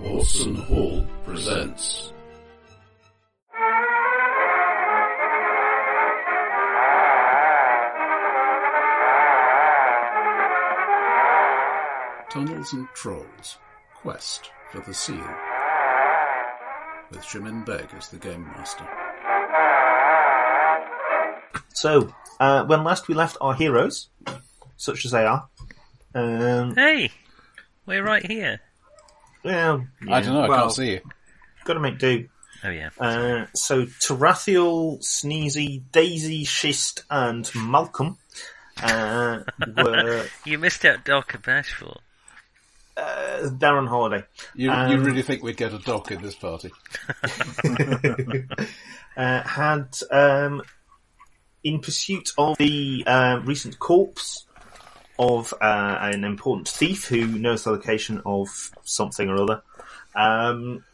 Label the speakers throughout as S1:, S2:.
S1: Watson Hall presents. Tunnels and Trolls Quest for the Seal. With Jimin Beg as the Game Master.
S2: So, uh, when last we left our heroes, such as they are, um,
S3: Hey, we're right here.
S2: yeah,
S4: I don't know. I
S2: well,
S4: can't see you.
S2: Gotta make do.
S3: Oh yeah.
S2: Uh, so, Tarathiel, Sneezy, Daisy, Schist, and Malcolm uh, were
S3: You missed out Darker Bashful.
S2: uh, there on holiday.
S4: You, you
S2: Um,
S4: really think we'd get a dog in this party?
S2: Uh, had, um, in pursuit of the uh, recent corpse of uh, an important thief who knows the location of something or other, um,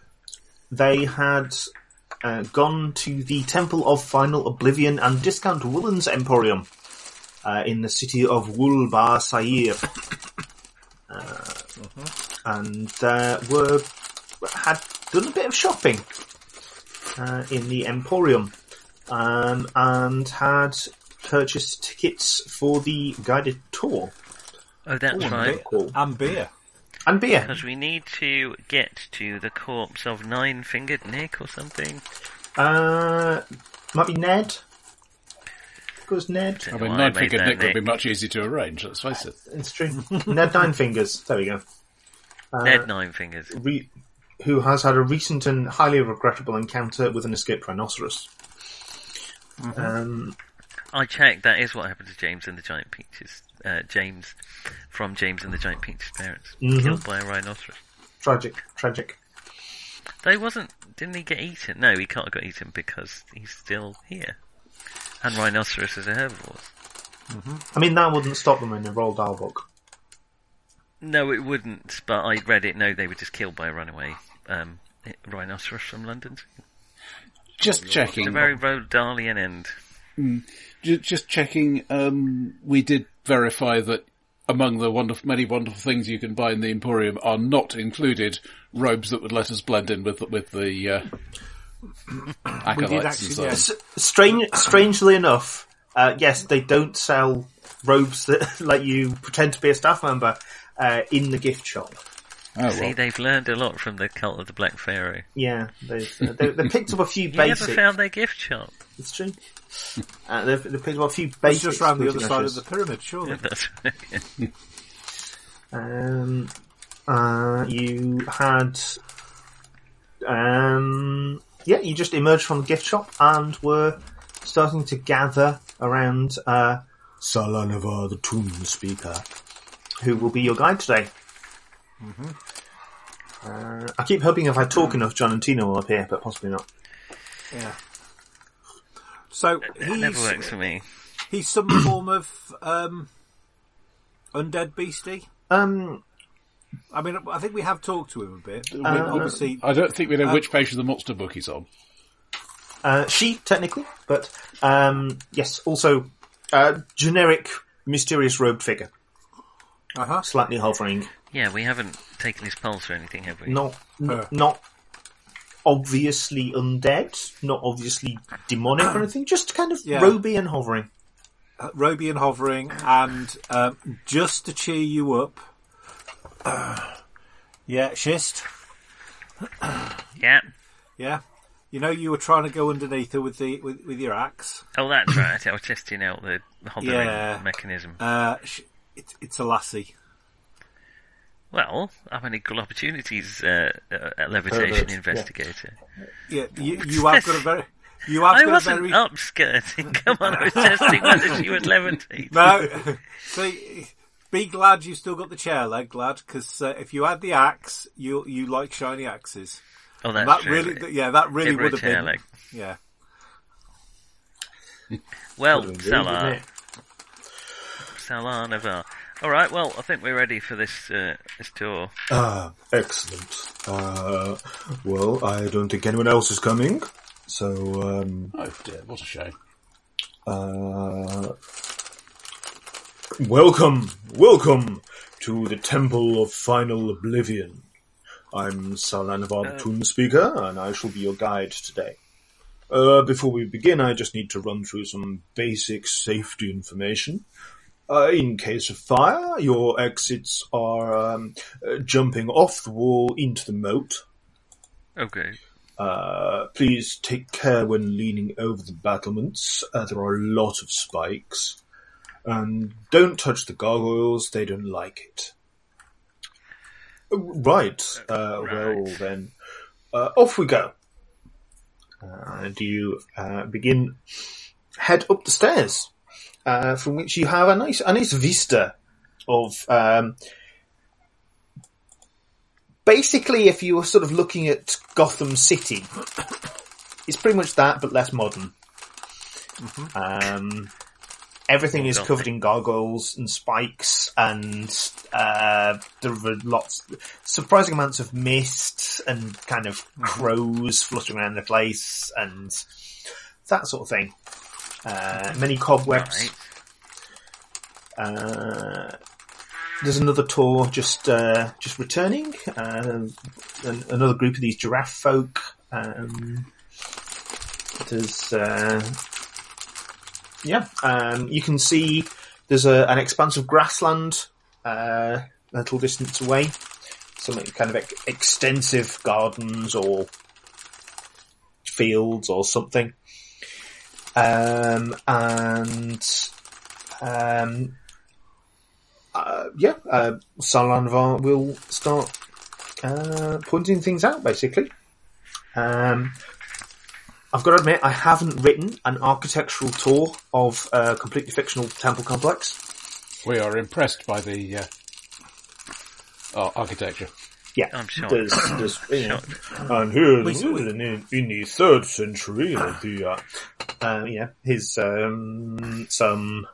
S2: they had uh, gone to the Temple of Final Oblivion and Discount Woolens Emporium uh, in the city of Wulbar Sair. Uh, And uh, were had done a bit of shopping uh, in the Emporium um, and had purchased tickets for the guided tour
S3: Oh, that's right.
S2: Cool.
S4: And beer.
S2: and beer.
S3: Because we need to get to the corpse of Nine Fingered Nick or something.
S2: Uh, might be Ned. Goes Ned.
S4: I
S3: Don't know
S4: mean,
S3: why
S4: nine
S3: made
S4: fingered
S3: that
S4: Nick would be
S3: Nick.
S4: much easier to arrange. Let's face it.
S2: It's true. Ned Nine Fingers. There we go. Uh,
S3: Ned Nine Fingers.
S2: Re- who has had a recent and highly regrettable encounter with an escaped rhinoceros.
S4: Mm-hmm.
S2: Um,
S3: I checked. That is what happened to James and the Giant Peaches. Uh, James from James and the Giant Peaches' parents,
S4: Mm-hmm.
S2: Mhm.
S3: killed by a rhinoceros.
S2: tragic, tragic.
S3: Though he wasn't. Didn't he get eaten? No, he can't have got eaten because he's still here. And rhinoceroses are herbivores.
S2: I mean, that wouldn't stop them in a Roald Dahl book.
S3: No, it wouldn't. But I read it. No, they were just killed by a runaway um, rhinoceros from London.
S4: Just
S3: It's a
S4: checking.
S3: very Roald Dahlian end.
S4: ju- Just checking. Um, we did verify that among the wonderful, many wonderful things you can buy in the Emporium are not included robes that would let us blend in with with the uh, acolytes and so on.
S2: S- strange, strangely enough, uh, yes, they don't sell robes that let you pretend to be a staff member uh, in the gift shop.
S4: Oh,
S3: See,
S4: well.
S3: they've learned a lot from the Cult of the Black Pharaoh.
S2: Yeah, they they, they picked up a few
S3: You
S2: basics.
S3: never found their gift shop.
S2: It's true. Uh, they, they picked up a few
S5: It's
S2: basics.
S5: just round the other
S2: which
S5: side of
S2: is-
S5: the pyramid, surely.
S3: That's
S2: Um, uh, you had, um, yeah, you just emerged from the gift shop and were starting to gather around uh, Salanavar, the Tomb Speaker, who will be your guide today. Uh, I keep hoping if I talk enough, John and Tina will appear, but possibly not.
S5: Yeah. So
S3: never
S5: he's
S3: works for me.
S5: he's some form of um, undead beastie.
S2: Um,
S5: I mean, I think we have talked to him a bit. I mean, obviously,
S4: I don't think we know
S6: Oh.
S4: which page of the monster book he's on.
S2: Uh, she, technically, but um, yes, also uh, generic mysterious robe figure,
S5: uh-huh.
S2: slightly hovering,
S3: Yeah, we haven't taken his pulse or anything, have we?
S2: not n-
S5: Uh.
S2: not obviously undead, not obviously demonic or anything, just kind of
S5: Yeah.
S2: roby and hovering.
S5: Roby and hovering, and um, just to cheer you up. yeah, schist.
S3: Yeah.
S5: Yeah, you know you were trying to go underneath her with the with, with your axe.
S3: Oh, that's right. I was testing out the hovering
S5: Yeah.
S3: mechanism.
S5: Uh, sh- it, it's a lassie.
S3: Well, I'm an equal opportunities uh, uh, levitation
S2: Pervert, yeah.
S3: investigator.
S5: Yeah, you, you have got a very you have
S3: I
S5: got a
S3: wasn't
S5: very
S3: upskirting. Come on, I was testing whether she would levitate.
S5: No, see, be glad you still got the chair leg, lad. Because uh, if you had the axe, you you like shiny axes.
S3: oh, that's
S5: that
S3: true.
S5: really,
S3: It-
S5: th- yeah, that really
S3: it
S5: would have
S3: rotated
S5: been.
S3: like-
S5: Yeah,
S3: Well,
S2: Isn't
S3: Salah,
S2: it?
S3: Salah Navar. All right. Well, I think we're ready for this uh, this tour.
S7: Ah, excellent. Uh, well, I don't think anyone else is coming, so um,
S4: Oh dear, what a shame.
S7: uh, welcome, welcome to the Temple of Final Oblivion.
S2: I'm Salanavar, the Toon Speaker, and I shall be your guide today. Uh, before we begin, I just need to run through some basic safety information. Uh, in case of fire, your exits are um, uh, jumping off the wall into the moat.
S3: Okay.
S2: Uh, please take care when leaning over the battlements. Uh, there are a lot of spikes. And don't touch the gargoyles, they don't like it. Oh, Right, uh, well
S3: Right.
S2: then, uh, off we go. Uh, do you uh, begin head up the stairs, uh, from which you have a nice, a nice vista of um, basically if you were sort of looking at Gotham City, it's pretty much that but less modern. Um, everything is
S3: Gothic.
S2: covered in gargoyles and spikes, and uh, there are lots, surprising amounts of mist and kind of crows fluttering around the place and that sort of thing. Uh, many cobwebs.
S3: Right.
S2: Uh, there's another tour just uh, just returning. Uh, an, another group of these giraffe folk. Um, there's uh, yeah, um, you can see there's a, an expanse of grassland uh, a little distance away. Some kind of ex- extensive gardens or fields or something. Um, and um, uh, yeah, uh, Salanvar will start uh, pointing things out, basically. Um, I've got to admit, I haven't written an architectural tour of a completely fictional temple complex.
S6: We are impressed by the uh, oh, architecture.
S2: Yeah,
S3: I'm shocked.
S2: There's, there's, you know,
S3: Shocked.
S2: and here
S5: Wait, wait.
S2: in, in the third century, of the uh, uh, yeah, his um, some.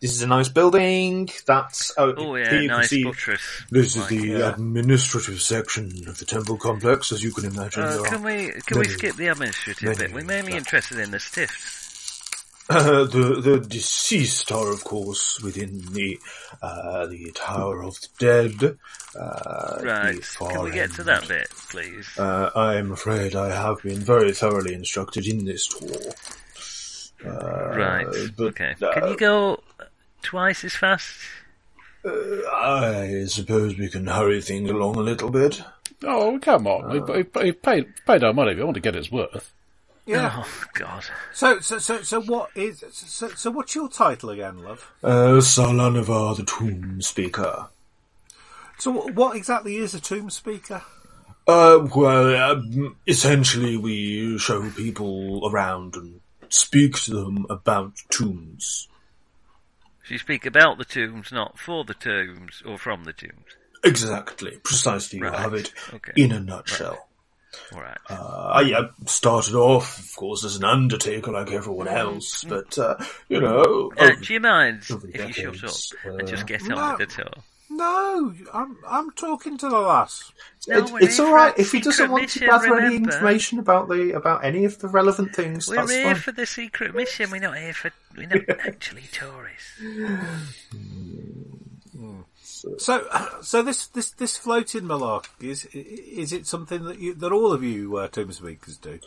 S2: This is a nice building. That's oh,
S3: Oh
S2: here
S3: yeah,
S2: you can
S3: nice
S2: see-
S3: buttress.
S2: This is
S3: Like,
S2: the administrative section of the temple complex, as you can imagine.
S3: Uh,
S2: there
S3: can
S2: are-
S3: we can we
S2: menu.
S3: skip the administrative
S2: Menu.
S3: bit? We're mainly interested in the stiffs.
S2: uh, the the deceased are, of course, within the uh, the Tower of the Dead. Uh,
S3: Right.
S2: the far
S3: Can we get to
S2: end.
S3: that bit, please?
S2: Uh, I am afraid I have been very thoroughly instructed in this tour.
S3: right.
S2: but,
S3: okay.
S2: uh,
S3: can you go twice as fast?
S2: I suppose we can hurry things along a little bit.
S6: Oh, come on! We
S2: Uh.
S6: we, we paid paid our money. We want to get its worth.
S5: Yeah.
S3: Oh God.
S5: So, so, so, so, what is? So, so, what's your title again, love?
S2: Uh, Salanavar, the Tomb Speaker.
S5: So, wh- what exactly is a tomb speaker?
S2: Uh, well, um, essentially, we show people around and speak to them about tombs.
S3: So you speak about the tombs, not for the tombs or from the tombs.
S2: Exactly, precisely. You
S3: Right,
S2: have it
S3: okay.
S2: in a nutshell.
S3: All right.
S2: Uh, I, I started off, of course, as an undertaker like everyone
S3: Mm-hmm.
S2: else, but uh, you know,
S3: Uh,
S2: over-
S3: do you mind
S2: over the
S3: if you shut
S2: decades,
S3: up and
S2: uh,
S3: just get
S5: no.
S3: on with the tour?
S5: No, I'm, I'm talking to the lass.
S3: No,
S2: it-
S3: we're
S2: it's
S3: here
S2: all
S3: for
S2: right
S3: a
S2: if he doesn't
S3: secret
S2: want to
S3: mission,
S2: gather any
S3: remember?
S2: information about the about any of the relevant things.
S3: We're
S2: that's
S3: here
S2: fine.
S3: for the secret mission. We're not here for. We're not actually tourists.
S5: So, so this, this, this floating malarkey is, is it something that you, that all of you uh, tomb speakers do,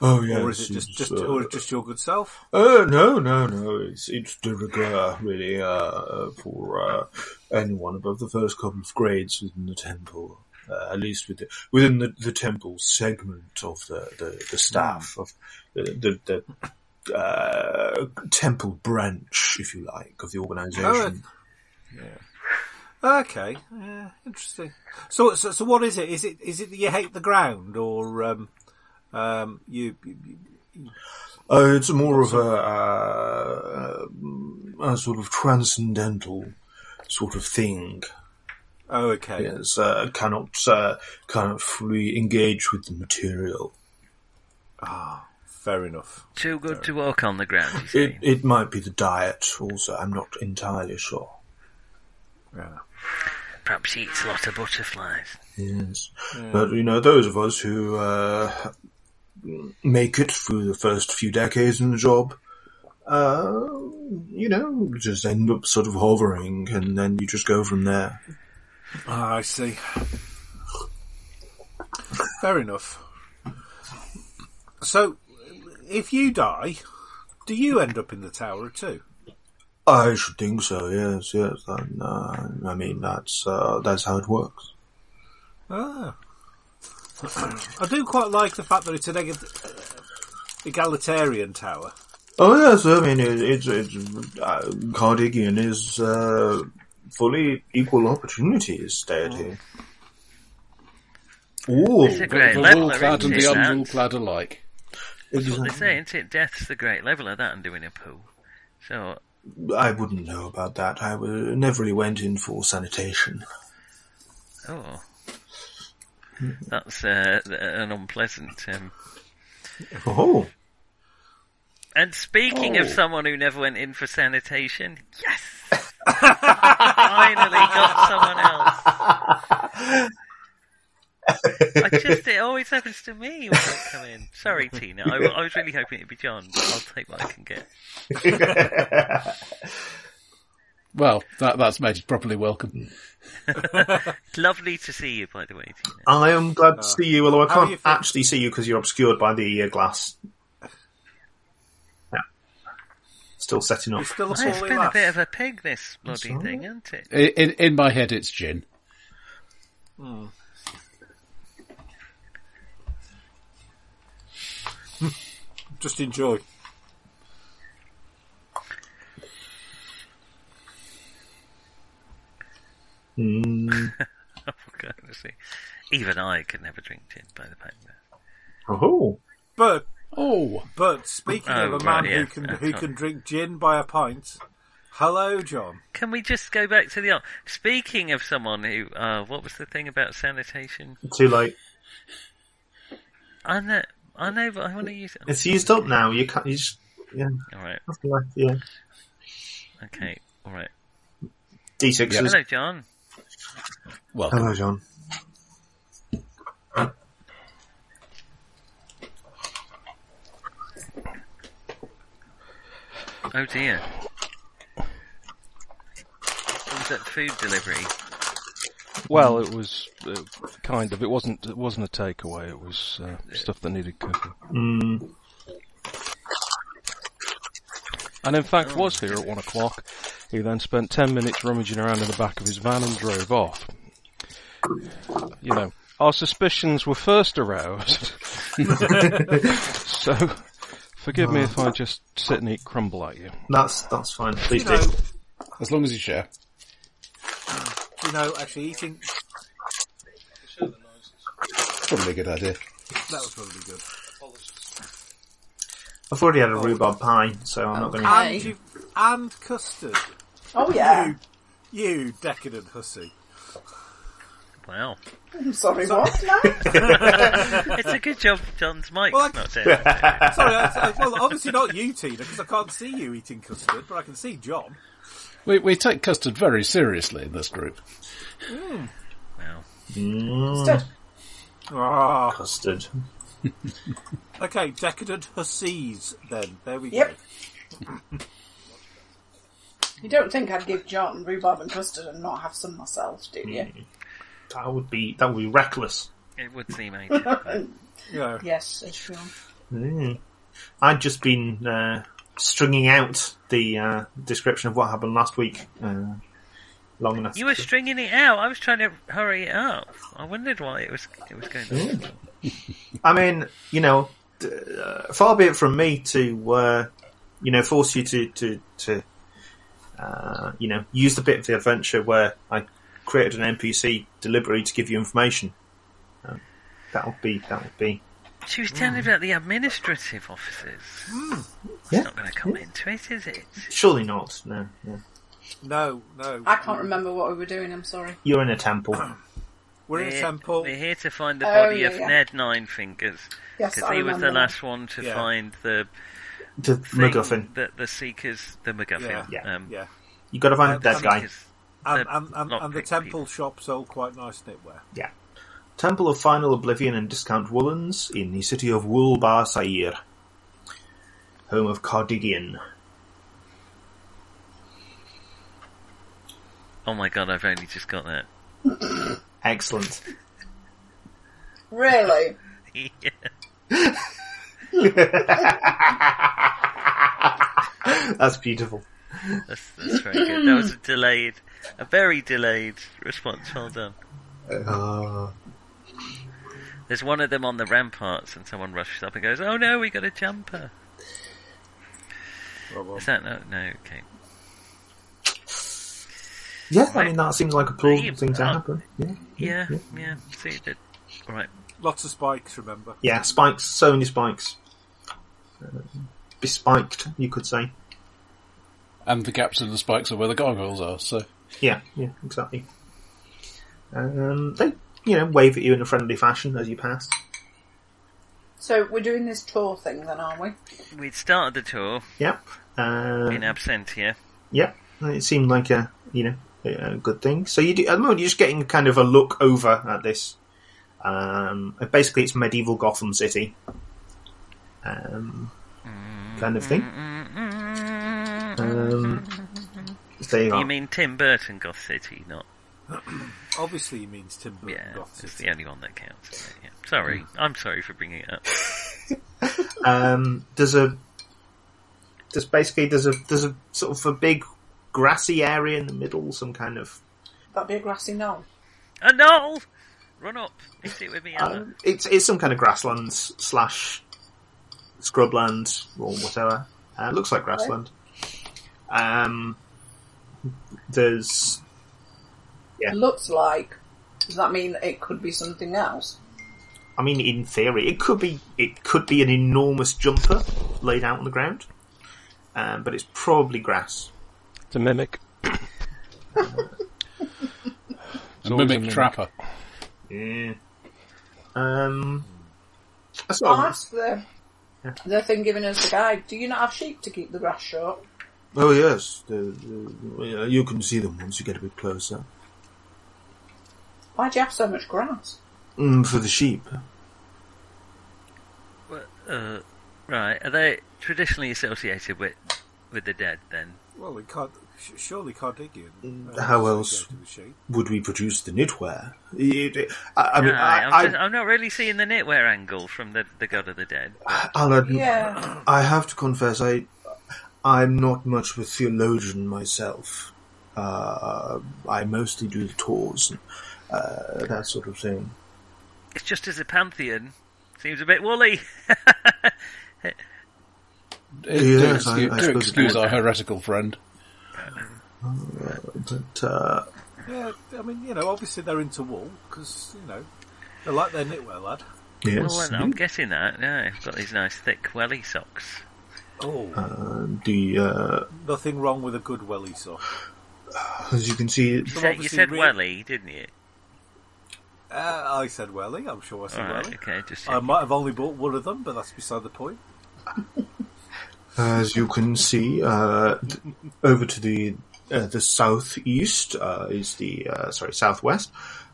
S2: oh yes,
S5: or is it just,
S2: it's,
S5: just,
S2: uh,
S5: or just your good self?
S2: Uh, no, no, no. It's it's de rigueur, really, uh, for uh, anyone above the first couple of grades within the temple. Uh, at least with the, within the, the temple segment of the, the, the staff of the the, the uh, temple branch, if you like, of the organisation.
S5: Okay, yeah, interesting. So, so, so, what is it? Is it is it that you hate the ground, or um, um, you, you,
S2: Uh, it's more of a, uh, a sort of transcendental sort of thing.
S5: Oh, okay.
S2: Yes, uh, cannot uh, cannot fully engage with the material.
S5: Fair enough.
S3: Too good to walk on the ground. You see.
S2: It it might be the diet also. I'm not entirely sure.
S5: Yeah.
S3: Perhaps he eats a lot of butterflies.
S2: Yes, but you know those of us who uh, make it through the first few decades in the job, uh, you know, just end up sort of hovering, and then you just go from there.
S5: Ah, I see. Fair enough. So, if you die, do you end up in the tower too?
S2: I should think so. Yes, yes. And, uh, I mean, that's uh, that's how it works.
S5: Ah. I do quite like the fact that it's an egg- egalitarian tower.
S2: Oh yes, I mean, it, it's it's uh, Cardigan is uh, fully equal opportunities deity. Ooh,
S3: It's a great
S6: the
S3: leveler,
S6: all-clad and
S3: isn't
S6: the
S3: it, that?
S6: unwool-clad alike.
S3: They
S2: exactly.
S3: say, isn't it? Death's the great leveler, that, and doing a poo. So,
S2: I wouldn't know about that. I wa- never really went in for sanitation.
S3: oh.
S2: Hmm.
S3: That's uh, th- an unpleasant. Um...
S2: Oh,
S3: And speaking of
S6: Oh.
S3: someone who never went in for sanitation, yes! Finally got someone else. I just, it always happens to me when I come in. Sorry, Tina. I, I was really hoping it'd be John, but I'll take what I can get.
S6: Well, that, that's made it properly welcome.
S3: Lovely to see you, by the way, Tina.
S2: I am glad to see you, although I
S5: Uh, how
S2: can't
S5: you feel-
S2: actually see you because you're obscured by the uh, glass. Yeah. Still setting up.
S5: You're still a
S3: It's
S5: poorly
S3: been a
S5: lass.
S3: bit of a pig, this bloody
S2: sorry.
S3: thing, hasn't it?
S6: I- In, in my head, it's gin.
S5: Just enjoy.
S2: Hmm.
S3: Oh, God, honestly. Even I could never drink gin by the pack.
S2: Oh,
S5: But
S6: Oh,
S5: but speaking
S3: Oh,
S5: of a man
S3: right, yeah.
S5: who can
S3: Uh,
S5: who
S3: sorry.
S5: can drink gin by a pint, hello, John.
S3: Can we just go back to the art? Speaking of someone who, uh, what was the thing about sanitation?
S2: too late.
S3: I know, I know, but I oh, want to use it.
S2: It's used up now. You can't. You just, yeah,
S3: All right,
S2: nothing left. Yeah,
S3: okay, all right.
S2: D sixes.
S3: Hello, John.
S6: welcome.
S2: Hello, John.
S3: Oh dear. What was that food delivery?
S8: Well, it was uh, kind of. It wasn't. It wasn't a takeaway. It was uh, stuff that needed cooking. And in fact, was here at one o'clock. He then spent ten minutes rummaging around in the back of his van and drove off. You know, our suspicions were first aroused. so, forgive me if I just sit and eat crumble at you.
S2: That's that's fine. Please
S5: You know,
S2: do.
S6: As long as you share.
S5: you know, actually eating
S6: Probably a good idea.
S5: that was probably good.
S2: I've already had a rhubarb pie, so I'm not going to.
S5: And you and custard.
S9: Oh yeah.
S5: You you decadent hussy.
S3: Wow,
S9: I'm sorry, what? now?
S3: it's a good job John's mic's
S5: Well, I-
S3: not there.
S5: Sorry, I, I, well, obviously not you, Tina, because I can't see you eating custard, but I can see John.
S6: We, we take custard very seriously in this group.
S3: Wow.
S9: Stood.
S5: Ah,
S2: Custard.
S5: okay, decadent hussies. Then there we
S9: Yep. You don't think I'd give John rhubarb and custard and not have some myself, do you?
S2: Mm. That would be that would be reckless.
S3: It would seem ancient. but-
S5: go. Yeah.
S9: Yes, it's true.
S2: Mm. I'd just been uh, stringing out the uh, description of what happened last week uh, long enough.
S3: You were stringing it out. I was trying to hurry it up. I wondered why it was it was going. On.
S2: I mean, you know, d- uh, far be it from me to, uh, you know, force you to to to, uh, you know, use the bit of the adventure where I created an NPC deliberately to give you information. Um, that would be that would be.
S3: She was telling me about the administrative officers. It's
S2: Hmm. Yeah.
S3: not going to come into it, is it?
S2: Surely not. No, no.
S5: No, no.
S9: I can't remember what we were doing, I'm sorry.
S2: You're in a temple.
S5: We're in a temple.
S3: We're here to find the
S9: Oh,
S3: body
S9: yeah,
S3: of
S9: yeah.
S3: Ned Ninefingers
S9: Yes,
S3: because
S9: I
S3: he was
S9: remember.
S3: the last one to
S5: Yeah.
S3: find the
S2: The
S3: thing
S2: MacGuffin.
S3: that the Seekers, the MacGuffin.
S2: Yeah.
S3: um,
S5: Yeah.
S2: You got to find the dead guy.
S3: Seekers-
S5: And,
S3: the
S5: and, and, and the
S3: lockpick
S5: temple shop sold quite nice knitwear.
S2: Yeah. Temple of Final Oblivion and Discount Woolens in the city of Woolbar Sair, home of Cardigian.
S3: Oh my god, I've only just got that.
S2: Excellent.
S9: Really?
S3: yeah.
S2: That's beautiful.
S3: That's, that's very good. That was a delayed, a very delayed response. Well done.
S2: Uh,
S3: There's one of them on the ramparts, and someone rushes up and goes, "Oh no, we got a jumper." Is that no? No, okay.
S2: yeah, I mean that seems like a plausible
S3: Leave
S2: thing to
S3: that.
S2: happen. Yeah.
S3: Yeah, yeah. See, that. All right.
S5: Lots of spikes, remember.
S2: Yeah, spikes, so many spikes. Uh, bespiked, you could say.
S6: And the gaps in the spikes are where the gargoyles are, so.
S2: Yeah, yeah, exactly. Um, they, you know, wave at you in a friendly fashion as you pass.
S9: So we're doing this tour thing then, aren't we?
S3: We'd started the tour
S2: Yep. Uh,
S3: in absentia.
S2: Yep. And It seemed like a, you know, a, a good thing. So you do, at the moment you're just getting kind of a look over at this. Um, basically it's medieval Gotham City. Um, kind of thing. Um, so there you
S3: You
S2: are.
S3: mean Tim Burton Goth City, not
S5: Obviously, he means Tim Burton.
S3: yeah?
S5: Goth
S3: It's
S5: City.
S3: the only one that counts. isn't it? Yeah. Sorry,
S2: Hmm.
S3: I'm sorry for bringing it up.
S2: um, there's a there's basically there's a there's a sort of a big grassy area in the middle, some kind of
S9: That'd be a grassy knoll.
S3: A knoll, run up, hit it with me hammer.
S2: um, it's it's some kind of grasslands slash scrubland or whatever. Uh, it looks like grassland. Um, there's Yeah.
S9: Looks like. Does that mean that it could be something else?
S2: I mean, in theory, it could be it could be an enormous jumper laid out on the ground, um, but it's probably grass.
S8: To mimic.
S6: A mimic trapper.
S2: Yeah. Um. I sort
S9: I'll
S2: of-
S9: ask the, the thing giving us the guide. Do you not have sheep to keep the grass short?
S2: Oh yes, the, the, yeah, you can see them once you get a bit closer.
S9: Why do you have so much grass?
S2: Mm, for the sheep,
S3: Well, Uh, right, are they traditionally associated with with the dead? Then
S5: Well, it can't, Uh, sh- surely Cardigan.
S2: Mm, How else?
S5: To the sheep.
S2: would we produce the knitwear? It- it- I, I mean,
S3: No,
S2: I,
S3: I'm,
S2: I,
S3: just, I'm not really seeing the knitwear angle from the the god of the dead.
S2: I'll admit,
S9: Yeah.
S2: I have to confess, I, I'm not much of a theologian myself. Uh, I mostly do the tours and uh, that sort of thing.
S3: It's just as a pantheon seems a bit woolly.
S6: do
S2: Yes, I-
S6: excuse,
S2: I
S6: do
S2: suppose
S6: excuse
S2: it
S6: our heretical friend.
S2: But uh,
S5: Yeah, I mean, you know, obviously they're into wool because you know they like their knitwear, lad.
S2: yes, Mm-hmm.
S3: well, I'm- I'm guessing that. Yeah, I've got these nice thick welly socks.
S5: Oh,
S2: uh, the uh,
S5: nothing wrong with a good welly sock.
S2: as you can see,
S3: You said,
S5: Well,
S3: you
S5: obviously
S3: said
S5: we-
S3: welly, didn't you?
S5: Uh, I said welly. I'm sure I said
S3: All right,
S5: welly.
S3: okay, just
S2: Um,
S5: I
S3: checking.
S5: might have only bought one of them, but that's beside the point.
S2: As you can see, uh, th- over to the uh, the southeast uh, is the uh, sorry southwest.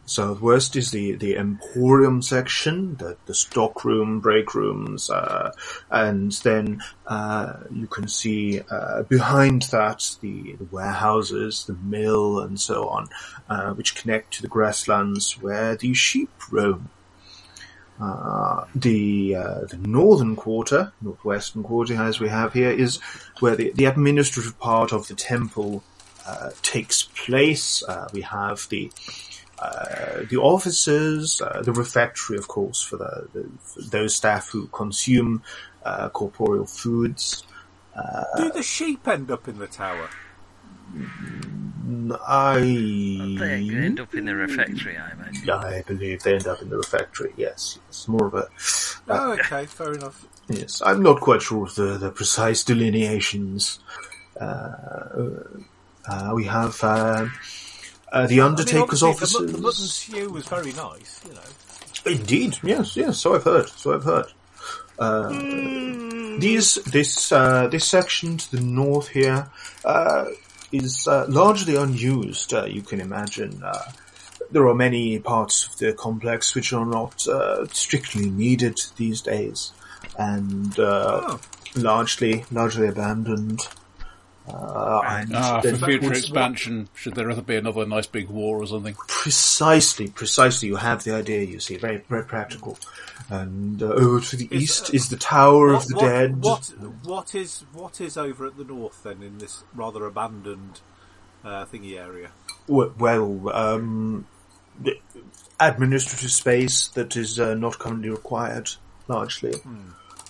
S2: Southwest is the, the emporium section, the, the stock room, break rooms, uh, and then uh, you can see uh, behind that the, the warehouses, the mill, and so on, uh, which connect to the grasslands where the sheep roam the uh, the northern quarter, northwestern quarter, as we have here, is where the, the administrative part of the temple uh, takes place. Uh, we have the uh, the offices, uh, the refectory, of course, for, the, the, for those staff who consume uh, corporeal foods.
S5: Do the sheep end up in the tower?
S3: They're going to
S2: I
S3: end up in the refectory, I imagine.
S2: I believe they end up in the refectory. Yes, it's more of a
S5: Oh, okay, fair enough.
S2: Yes, I'm not quite sure of the, the precise delineations. Uh, uh, we have uh, uh, the
S5: I mean,
S2: Undertaker's
S5: obviously
S2: offices.
S5: The, mut- the mutton stew was very nice, you know.
S2: Indeed, yes, yes. So I've heard. So I've heard. Uh, these this uh, this section to the north here uh, is uh, largely unused. Uh, you can imagine. Uh, there are many parts of the complex which are not uh, strictly needed these days, and uh, largely largely abandoned. Uh, and
S6: Ah, for
S2: then-
S6: future expansion, should there ever be another nice big war or something?
S2: Precisely, precisely. You have the idea. You see, very, very practical. And uh, over to the east is the Tower of the
S5: uh, what,
S2: Dead.
S5: What, what is what is over at the north then in this rather abandoned uh, thingy area?
S2: W- Well, um, the administrative space that is uh, not currently required, largely.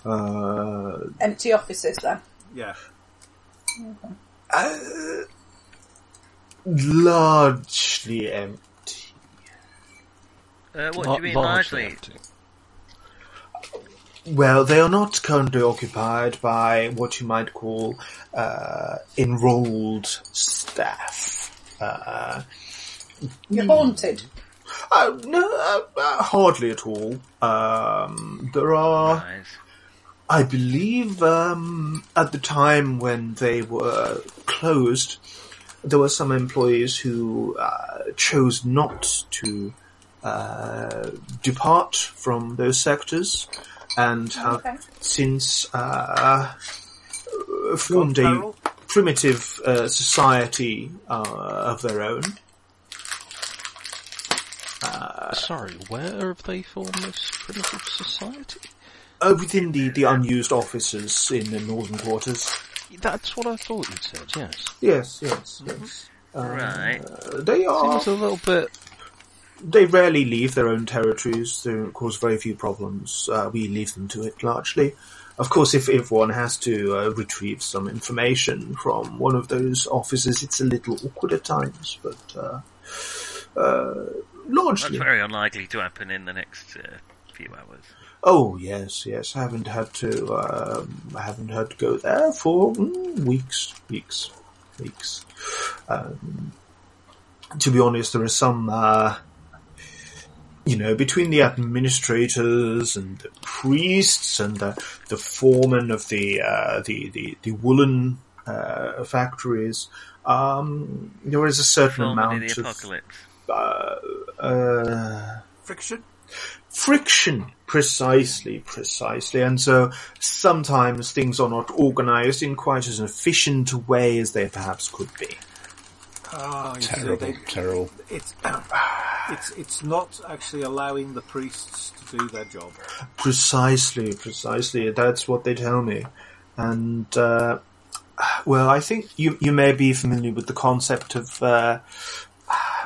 S2: Uh,
S9: Empty offices then.
S5: Yeah,
S2: largely empty.
S3: Uh, what do
S8: Lar-
S3: you mean
S8: largely
S3: largely?
S8: empty.
S2: Well, they are not currently occupied by what you might call uh, enrolled staff. Uh,
S9: You're haunted.
S2: uh, no, uh, uh, hardly at all. Um, there are,
S3: Guys.
S2: I believe, um, at the time when they were closed, there were some employees who uh, chose not to uh, depart from those sectors and have
S9: Okay.
S2: since uh, formed a
S5: Carol?
S2: primitive uh, society uh, of their own.
S8: Sorry, where have they formed this primitive society?
S2: Uh, within the, the unused offices in the northern quarters.
S8: That's what I thought you said, yes.
S2: Yes, yes, yes.
S3: Right.
S2: Uh, they are.
S8: Seems a little bit...
S2: They rarely leave their own territories. They cause very few problems. Uh, we leave them to it largely. Of course, if, if one has to uh, retrieve some information from one of those offices, it's a little awkward at times, but uh, uh,
S3: That's
S2: largely.
S3: very unlikely to happen in the next uh, few hours.
S2: Oh yes, yes. I haven't had to. Um, I haven't had to go there for mm, weeks, weeks, weeks. Um, to be honest, there is some. Uh, you know, between the administrators and the priests and the the foreman of the uh, the, the the woolen uh, factories, um, there is a certain
S3: Formerly
S2: amount
S3: the
S2: of
S3: apocalypse.
S2: uh,
S5: friction.
S2: friction. Precisely, precisely. And so sometimes things are not organized in quite as efficient a way as they perhaps could be.
S5: Oh, you see,
S6: Terrible,
S5: they-
S6: terrible.
S5: it's it's it's not actually allowing the priests to do their job.
S2: Precisely, precisely. That's what they tell me. And, uh, well, I think you, you may be familiar with the concept of, uh,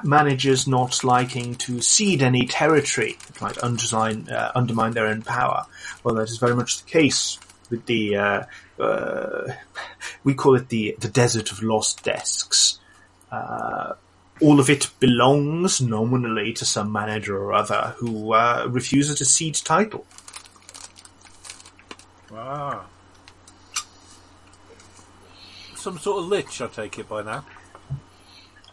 S2: managers not liking to cede any territory that might undermine, uh, undermine their own power. Well, that is very much the case with the, uh, uh, we call it the, the desert of lost desks. Uh, all of it belongs nominally to some manager or other who uh, refuses to cede title.
S5: Ah. Some sort of lich, I take it by now.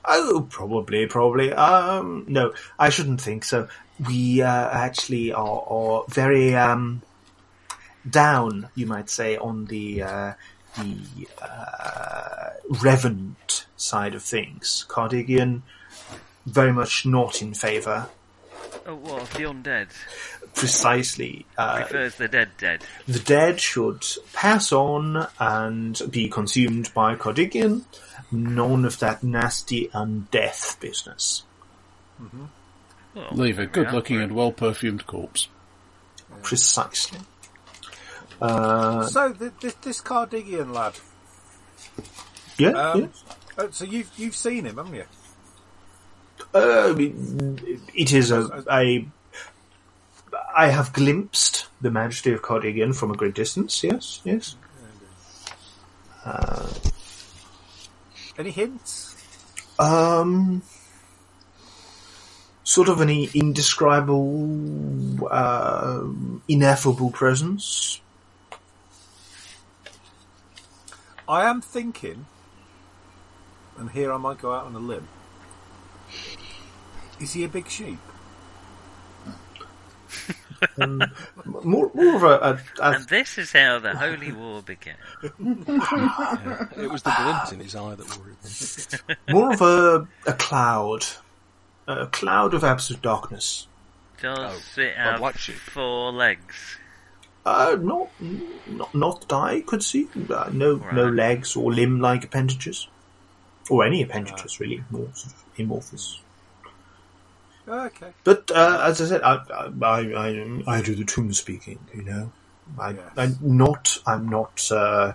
S2: Oh, probably, probably. Um, no, I shouldn't think so. We uh, actually are, are very um, down, you might say, on the uh, the uh, revenant side of things. Cardigan, very much not in favour.
S3: Oh, what? The undead
S2: Precisely, uh,
S3: prefers the dead dead.
S2: the dead should pass on and be consumed by Cardigan. None of that nasty undeath business.
S3: Well,
S6: Leave a
S3: there we are.
S6: good-looking and well-perfumed corpse.
S2: Precisely. Uh,
S5: so th- this, this Cardigan lad.
S2: Yeah,
S5: Um,
S2: yeah.
S5: oh, so you've you've seen him, haven't you?
S2: Uh, it is a, a. I have glimpsed the majesty of Cardigan from a great distance. Yes, yes.
S5: Any hints?
S2: Um, sort of an indescribable, um ineffable presence.
S5: I am thinking, and here I might go out on a limb. Is he a big sheep?
S2: More, more of a. a, a
S3: And this is how the holy war began.
S8: It was the glint in his eye that worried me.
S2: more of a, a cloud, a cloud of absolute darkness.
S3: Does
S8: Oh,
S3: it
S8: I'd
S3: have
S8: like sheep.
S3: four legs?
S2: Uh, not, not, not that I could see. Uh, no, no
S3: Right.
S2: legs or limb-like appendages, or any appendages really. More sort of amorphous.
S5: Okay.
S2: But uh, as I said, I, I I I do the tomb speaking. You know, I
S5: Yes.
S2: I'm not I'm not uh,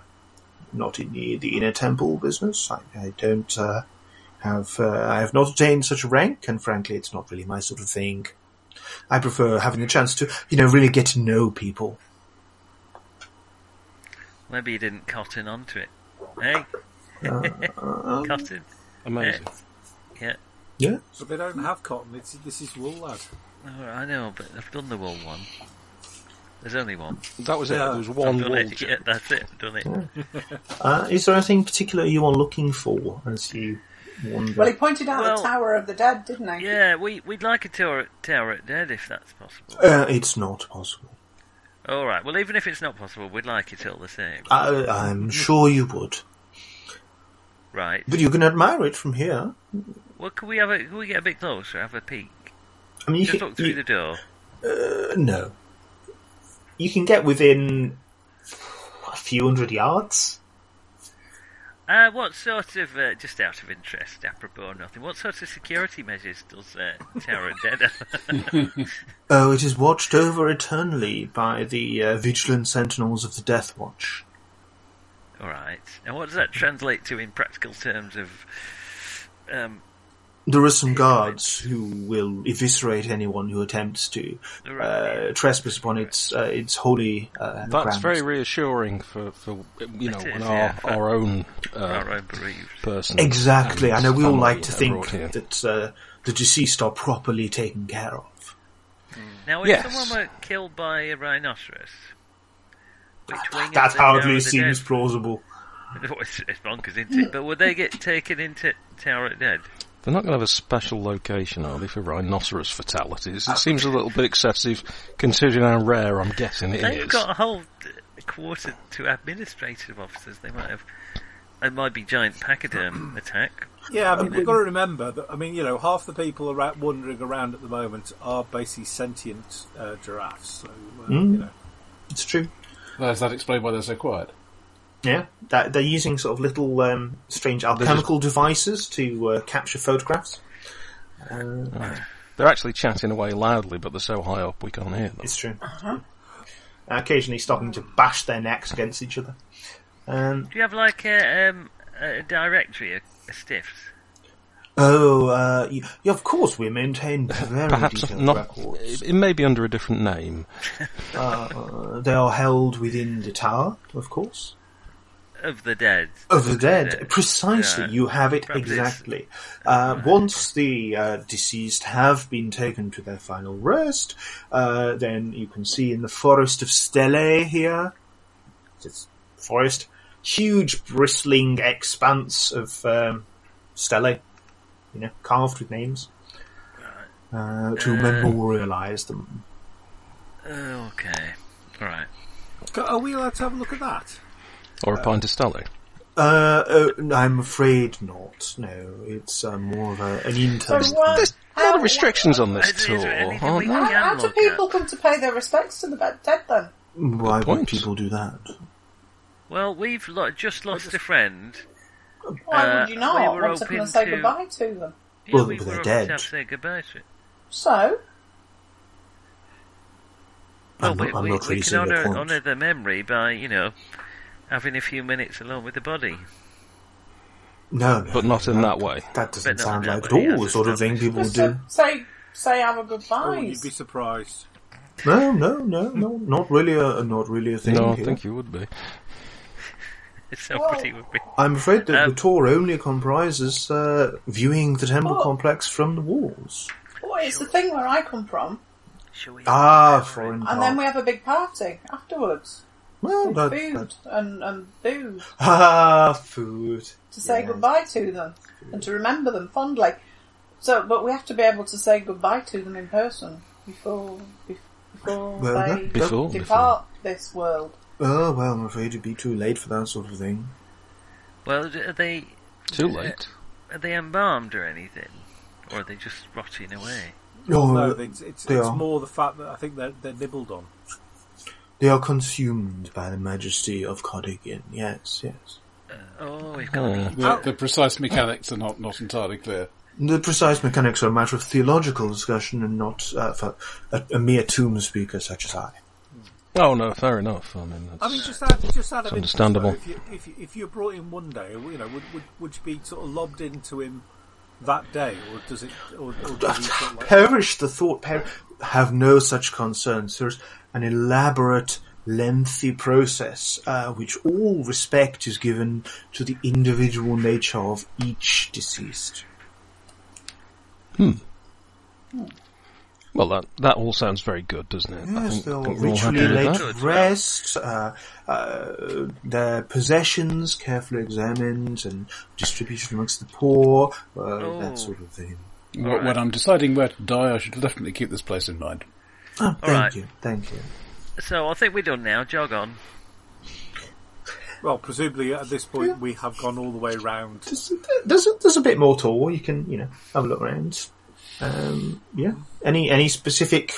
S2: not in the, the inner temple business. I, I don't uh, have uh, I have not attained such a rank, and frankly, it's not really my sort of thing. I prefer having a chance to you know really get to know people.
S3: Maybe you didn't cotton onto it. Hey,
S2: Uh, um,
S3: cotton.
S8: Amazing.
S3: Yeah,
S2: Yeah,
S5: But they don't have cotton. It's, this is wool, lad.
S3: Oh, I know, but I've done the wool one. There's only one.
S8: That was it.
S5: Yeah.
S8: There was one
S3: done
S8: wall.
S3: it. Yeah, that's it. Done it.
S2: uh, is there anything particular you are looking for as you wander?
S9: Well, he pointed out
S3: Well-
S9: the Tower of the Dead, didn't he?
S3: Yeah, we we'd like a tour at Tower at Dead if that's possible.
S2: uh, it's not possible.
S3: All right. Well, even if it's not possible, we'd like it all the same.
S2: I, I'm sure you would,
S3: Right.
S2: but you can admire it from here.
S3: Well, can we have a can we get a bit closer, have a peek?
S2: I mean, you
S3: Just
S2: can,
S3: look through
S2: you-
S3: the door.
S2: Uh, No. You can get within a few hundred yards.
S3: Uh, what sort of, uh, just out of interest, apropos of nothing, what sort of security measures does uh, Tower of Dead have?
S2: Oh, it is watched over eternally by the uh, vigilant sentinels of the Death Watch.
S3: All right. And what does that translate to in practical terms of? Um,
S2: There are some guards who will eviscerate anyone who attempts to uh, trespass upon its uh, its holy uh,
S8: That's
S2: grounds.
S8: very reassuring for, for you know
S3: It is,
S8: when
S3: yeah,
S8: our,
S3: for-
S8: our own uh,
S3: our own bereaved.
S8: person
S2: exactly. I
S8: and
S2: know we all
S8: family
S2: like to
S8: are
S2: think
S8: brought here.
S2: that uh, the deceased are properly taken care of.
S3: Now, if
S8: Yes.
S3: someone were killed by a rhinoceros, which wing
S2: That
S3: of the Tower of
S2: hardly
S3: the
S2: seems
S3: Dead-
S2: plausible.
S3: Well, it's, it's bonkers, isn't
S2: Mm.
S3: it? But would they get taken into Tower of Dead?
S8: They're not going to have a special location, are they, for rhinoceros fatalities? It seems a little bit excessive, considering how rare I'm guessing it
S3: They've
S8: is.
S3: got a whole uh, quarter to administrative officers. They might have. It might be giant pachyderm attack.
S5: Yeah, I mean,
S2: Um,
S5: we've got to remember that. I mean, you know, half the people are out wandering around at the moment are basically sentient uh, giraffes. So,
S2: Hmm.
S5: uh, you know,
S2: It's true.
S6: Does that explain why they're so quiet?
S2: Yeah, that, they're using sort of little um, strange alchemical devices to uh, capture photographs.
S8: They're actually chatting away loudly, but they're so high up we can't hear them.
S2: It's true. Occasionally stopping to bash their necks against each other. Um,
S3: Do you have like a, um, a directory, a, a stiffs?
S2: oh, uh, you, yeah, of course we maintain very
S8: Perhaps
S2: detailed
S8: not.
S2: records.
S8: It, it may be under a different name.
S2: Uh, they are held within the tower, of course.
S3: of the dead?
S2: Of the dead, precisely.
S3: Yeah.
S2: You have it
S3: Perhaps it's-
S2: exactly. Uh, once the uh, deceased have been taken to their final rest, uh, then you can see in the forest of Stele here, it's forest, huge bristling expanse of um, Stele, you know, carved with names uh, to memorialise them.
S3: Oh, okay. All right.
S5: C- are we allowed to have a look at that?
S8: Or a pint of Stella.
S2: Uh, oh, I'm afraid not. No, it's uh, more of a, an
S9: So
S2: intern.
S9: what?
S8: There's a lot of restrictions on
S3: Is-
S8: this
S3: Oh, is there
S8: tour,
S3: anything
S8: aren't
S3: we
S8: there?
S9: How,
S3: can
S9: how do
S3: look
S9: people
S3: at?
S9: come to pay their respects to the bed- dead then?
S2: Why would
S8: point.
S2: people do that?
S3: Well, we've lo- just lost a friend.
S9: Why
S3: Uh,
S9: would you not
S3: we were
S9: want to come
S3: hoping
S9: and say
S3: to-
S9: goodbye to them?
S3: Yeah,
S2: Well,
S3: we
S2: they're
S3: were
S2: dead.
S3: to have to say goodbye to it.
S9: So,
S3: Well,
S2: I'm
S3: we,
S2: not- I'm
S3: we,
S2: not
S3: we
S2: really
S3: can
S2: seeing the
S3: honour,
S2: point.
S3: honour the memory by, you know, having a few minutes alone with the body.
S2: No, no,
S8: But not in that way.
S2: that doesn't
S3: but not
S2: sound
S3: that
S2: like at
S3: way,
S2: all the
S3: yes,
S2: sort of
S3: it's
S2: thing people
S9: just
S2: do.
S9: to say say
S3: Oh,
S9: our
S5: Or
S9: goodbyes.
S5: you'd be surprised.
S2: No, no, no, no, not really a not really a thing.
S8: No, I
S2: here.
S8: think you would be.
S3: Somebody would be.
S2: I'm afraid that
S3: Um,
S2: the tour only comprises uh, viewing the temple
S9: Oh.
S2: complex from the walls.
S9: Well, it's the thing where I come from,
S3: Shall we?
S2: Ah, foreign.
S9: and then we have a big party afterwards.
S2: well,
S9: With
S2: that,
S9: food
S2: Oh, that-
S9: And, and booze
S2: ah food.
S9: to say
S2: Yeah.
S9: goodbye to them and to remember them fondly. So, but we have to be able to say goodbye to them in person before bef- before
S2: Well,
S9: they
S2: that-
S8: Before,
S9: depart this world.
S2: Oh well, I'm afraid it'd be too late for that sort of thing.
S3: Well, d- are they
S8: Too late.
S3: are they embalmed or anything, or are they just rotting away?
S2: No, Oh,
S5: No, it's, it's,
S2: they
S5: it's
S2: are.
S5: more the fact that I think they're, they're nibbled on.
S2: They are consumed by the majesty of Cardigan. Yes, yes.
S3: Oh, we've got the
S6: The, the precise mechanics are not, not entirely clear.
S2: The precise mechanics are a matter of theological discussion and not uh, for a, a mere tomb speaker such as I.
S8: Oh no, fair enough. I mean, that's,
S5: I mean, just out, just out of
S8: It's understandable.
S5: Interest, though, if, you, if, you, if you're brought in one day, you know, would, would, would you be sort of lobbed into him that day, or does it? Or, or does he sort of like,
S2: Perish the thought, per- have no such concerns. There's an elaborate, lengthy process uh, which all respect is given to the individual nature of each deceased.
S8: well, that that all sounds very good, doesn't it? I
S2: Yes,
S8: think,
S2: they'll
S8: think we're all happy
S2: ritually
S8: with
S2: lay
S8: that.
S2: to rest, uh, uh, their possessions carefully examined and distributed amongst the poor, uh, that sort of thing.
S6: Wh- When I'm deciding where to die, I should definitely keep this place in mind.
S2: Oh, thank
S3: right.
S2: you, thank you.
S3: So I think we're done now. Jog on.
S5: well, presumably at this point we have gone all the way round.
S2: There's, there's, a, there's a bit more to all. You can, you know, have a look around. Um, yeah. Any any specific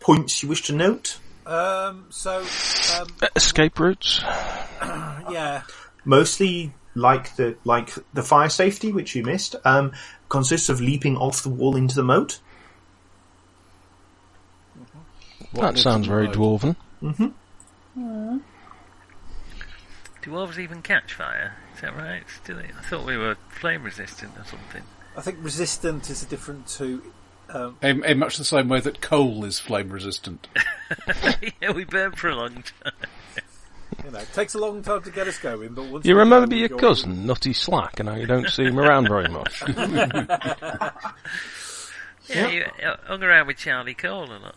S2: points you wish to note?
S5: Um, so, um,
S8: Escape routes.
S5: yeah,
S2: Mostly like the like the fire safety, which you missed, um, consists of leaping off the wall into the moat.
S6: What
S8: That
S6: lives
S8: sounds
S6: in the
S8: very
S6: road?
S8: dwarven.
S3: Do elves even catch fire? Is that right? Do they? I thought we were flame resistant or something.
S5: I think resistant is different to. Um,
S6: In, in much the same way that coal is flame resistant.
S3: yeah, we burn for a long time.
S5: you know, it takes a long time to get us going, but once
S8: You
S5: we're
S8: remember
S5: going,
S8: your
S5: you're-
S8: cousin, Nutty Slack, and how you don't see him around very much.
S3: Yeah, you uh, hung around with Charlie Cole a lot.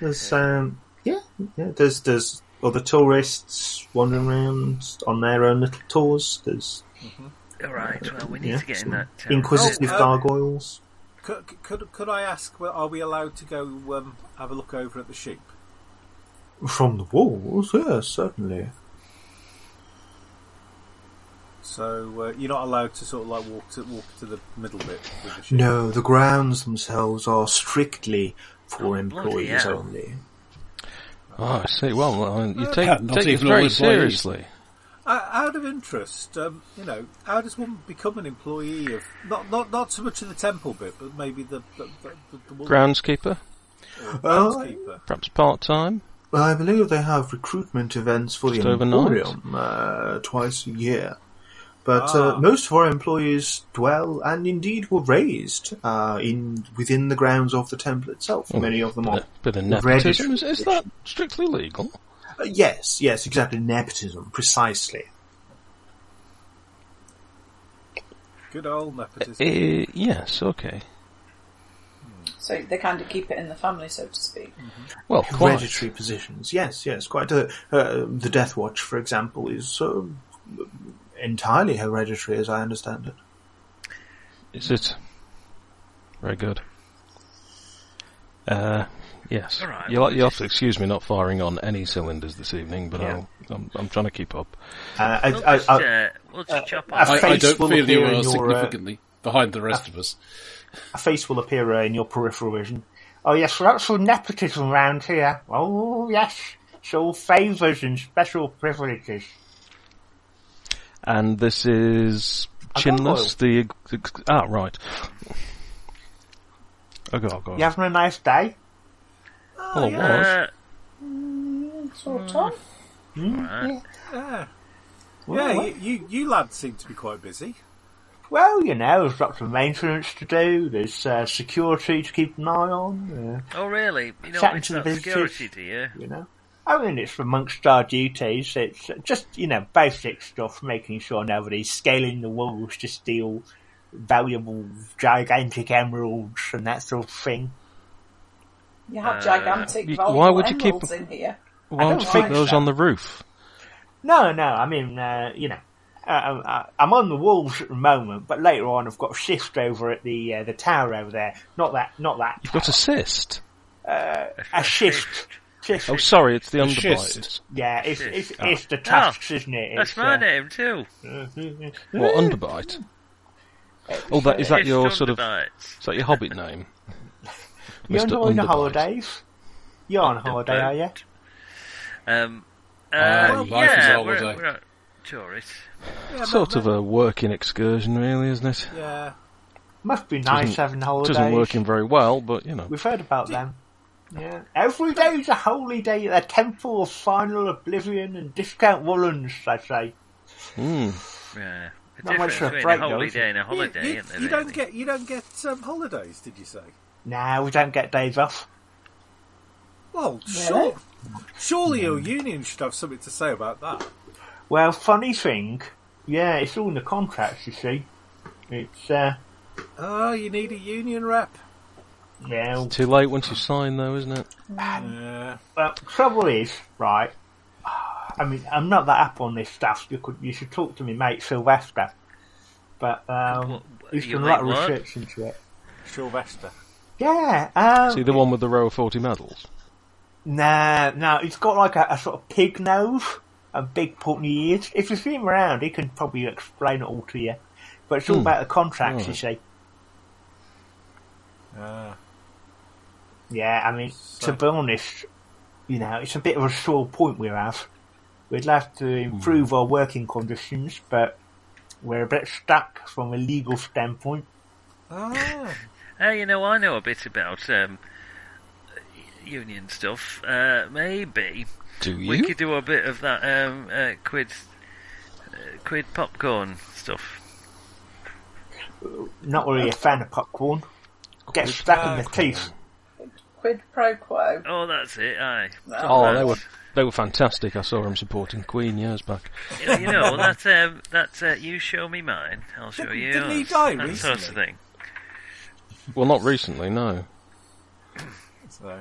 S2: There's um yeah, yeah there's there's other tourists wandering around on their own little tours. There's
S3: All right. Well, we need
S2: yeah,
S3: to get in
S2: some
S3: that. uh,
S2: inquisitive
S5: Oh, uh,
S2: gargoyles.
S5: Could, could could I ask? Well, are we allowed to go um, have a look over at the sheep?
S2: From the walls, yeah, certainly.
S5: So uh, you're not allowed to sort of like walk to walk to the middle bit with the sheep.
S2: No, the grounds themselves are strictly for employees
S3: hell.
S2: only.
S8: Oh, I see. Well, I mean, you take,
S6: Not
S8: take it
S6: even all
S8: very
S6: employees.
S8: seriously.
S5: Uh, out of interest, um, you know, how does one become an employee of not not not so much of the temple bit, but maybe the the, the, the, the wool-
S8: Groundskeeper,
S5: or
S2: Oh.
S5: groundskeeper?
S8: perhaps part time.
S2: Well, I believe they have recruitment events for
S8: Just
S2: the
S8: overnight?
S2: Emporium uh, twice a year. But
S5: Ah.
S2: uh, most of our employees dwell and indeed were raised uh, in within the grounds of the temple itself. Many of them
S8: Bit
S2: are.
S8: of, Oh, bit of
S2: Reddish.
S8: nepotism. Is, is that strictly legal?
S2: Uh, yes, yes, exactly. Nepotism, precisely.
S5: Good old nepotism.
S8: Uh, yes, okay.
S9: So they kind of keep it in the family, so to speak.
S8: Well, quite.
S2: Hereditary positions. Yes, yes, quite. A, uh, the Death Watch, for example, is uh, entirely hereditary, as I understand it.
S8: Is it? Very good. Uh, yes.
S3: All right,
S8: You'll,
S3: well,
S8: you'll have to excuse me not firing on any cylinders this evening, but I'll, I'm, I'm trying to keep up.
S2: Uh,
S3: We'll
S2: I,
S3: just,
S2: I, I,
S3: uh, we'll just chop
S2: I-
S3: off.
S6: I, I
S2: face
S6: don't
S2: will
S6: feel you
S2: appear in
S6: are
S2: your, uh,
S6: significantly behind the rest of us.
S2: a face will appear uh, in your peripheral vision. Oh yes, lots of nepotism round here. Oh yes, it's all favours and special privileges.
S8: And this is
S2: A
S8: Chinless, the, the ah right. Oh god, oh god.
S2: You having a nice day?
S5: Oh,
S8: Well, it was.
S3: Uh, Mm.
S9: Sort of.
S5: Yeah, yeah. You, you you lads seem to be quite busy.
S2: Well, you know, there's lots of maintenance to do. There's uh, security to keep an eye on.
S3: oh, really? You know,
S2: Chatting
S3: it's
S2: to the
S3: not
S2: visitors.
S3: security, do you?
S2: Uh, you know, I mean, it's amongst our duties. It's just you know basic stuff, making sure nobody's scaling the walls to steal valuable, gigantic emeralds and that sort of thing.
S9: You have gigantic
S8: y-
S9: valuable
S8: why would Uh, you keep-
S9: emeralds in here.
S8: Why
S2: don't
S8: do you think
S2: like
S8: those
S2: that.
S8: on the roof?
S2: No, no. I mean, uh, you know, uh, I, I'm on the walls at the moment, but later on I've got a shift over at the uh, the tower over there. Not that, not that.
S8: You've got assist.
S2: A shift. shift.
S8: Oh, Ah. sorry, it's the underbite.
S6: schist.
S8: It's-
S2: yeah, it's it's,
S3: shift.
S2: it's the tusks, isn't it?
S3: That's
S2: It's,
S3: my
S2: uh,
S3: name too.
S8: What underbite? Oh, that is that
S3: It's
S8: your sort of
S3: Thunderbites.
S8: is that your hobbit name?
S2: You're
S8: Mr.
S2: enjoying the
S8: Underbite.
S2: holidays. You're on holiday, are you?
S3: Underbite. Um, uh,
S6: Ah, life is
S3: yeah,
S6: all
S3: we're,
S6: day.
S3: we're on tourists.
S5: Yeah,
S8: Sort
S5: ma-
S8: of a working excursion, really, isn't it?
S5: ma- Yeah.
S2: Must be nice
S8: Doesn't-
S2: having
S8: It
S2: holidays.
S8: isn't working very well, but you know.
S2: We've heard about them. Yeah. Every day's a holy day at the Temple of Final Oblivion and Discount Woolens, I say.
S8: Mm.
S3: Yeah. The
S2: Not much
S3: difference
S2: for a
S3: between
S2: break, though,
S3: a
S2: is
S3: holiday
S2: it?
S3: and a
S5: You,
S3: holiday,
S5: you-
S3: isn't there,
S5: you don't
S3: really?
S5: get you don't get um, holidays, did you say?
S2: Nah, we don't get days off.
S5: Well, sure. Surely your union should have something to say about that.
S2: Well, funny thing, yeah, it's all in the contracts, you see. It's, uh,
S5: Oh, you need a union rep.
S2: yeah,
S8: Too late once you sign, though, isn't it?
S5: Yeah.
S2: well, trouble is, right, I mean, I'm not that up on this stuff, you could, you should talk to me mate Sylvester, but, um,
S3: What- what-
S2: he's
S3: you
S2: done a lot of
S3: like what?
S2: research into it.
S5: Sylvester.
S2: Yeah, um,
S8: See the one with the row of forty medals.
S2: Nah, no, he's got like a, a sort of pig nose and big pointy ears. If you see him around, he can probably explain it all to you. But it's all
S8: Hmm.
S2: about the contracts, you see.
S5: Ah.
S2: Yeah, I mean, to be honest, you know, it's a bit of a sore point we have. We'd like to improve our working conditions, but we're a bit stuck from a legal standpoint.
S5: Ah.
S3: Uh, you know, I know a bit about um, union stuff. Uh, maybe
S8: Do
S3: we could do a bit of that um, uh, quid, uh, quid popcorn stuff.
S2: Not really a fan of popcorn. Get stuck in the teeth.
S9: Quid pro quo.
S3: Oh, that's it. Aye.
S8: Oh,
S3: that
S8: they were they were fantastic. I saw them supporting Queen years back.
S3: you know that um, that uh, you show me mine, I'll show
S5: Didn't-
S3: you
S5: didn't he
S3: yours.
S5: die
S3: that sort of
S5: recently?
S3: thing.
S8: Well, not recently, no.
S5: So,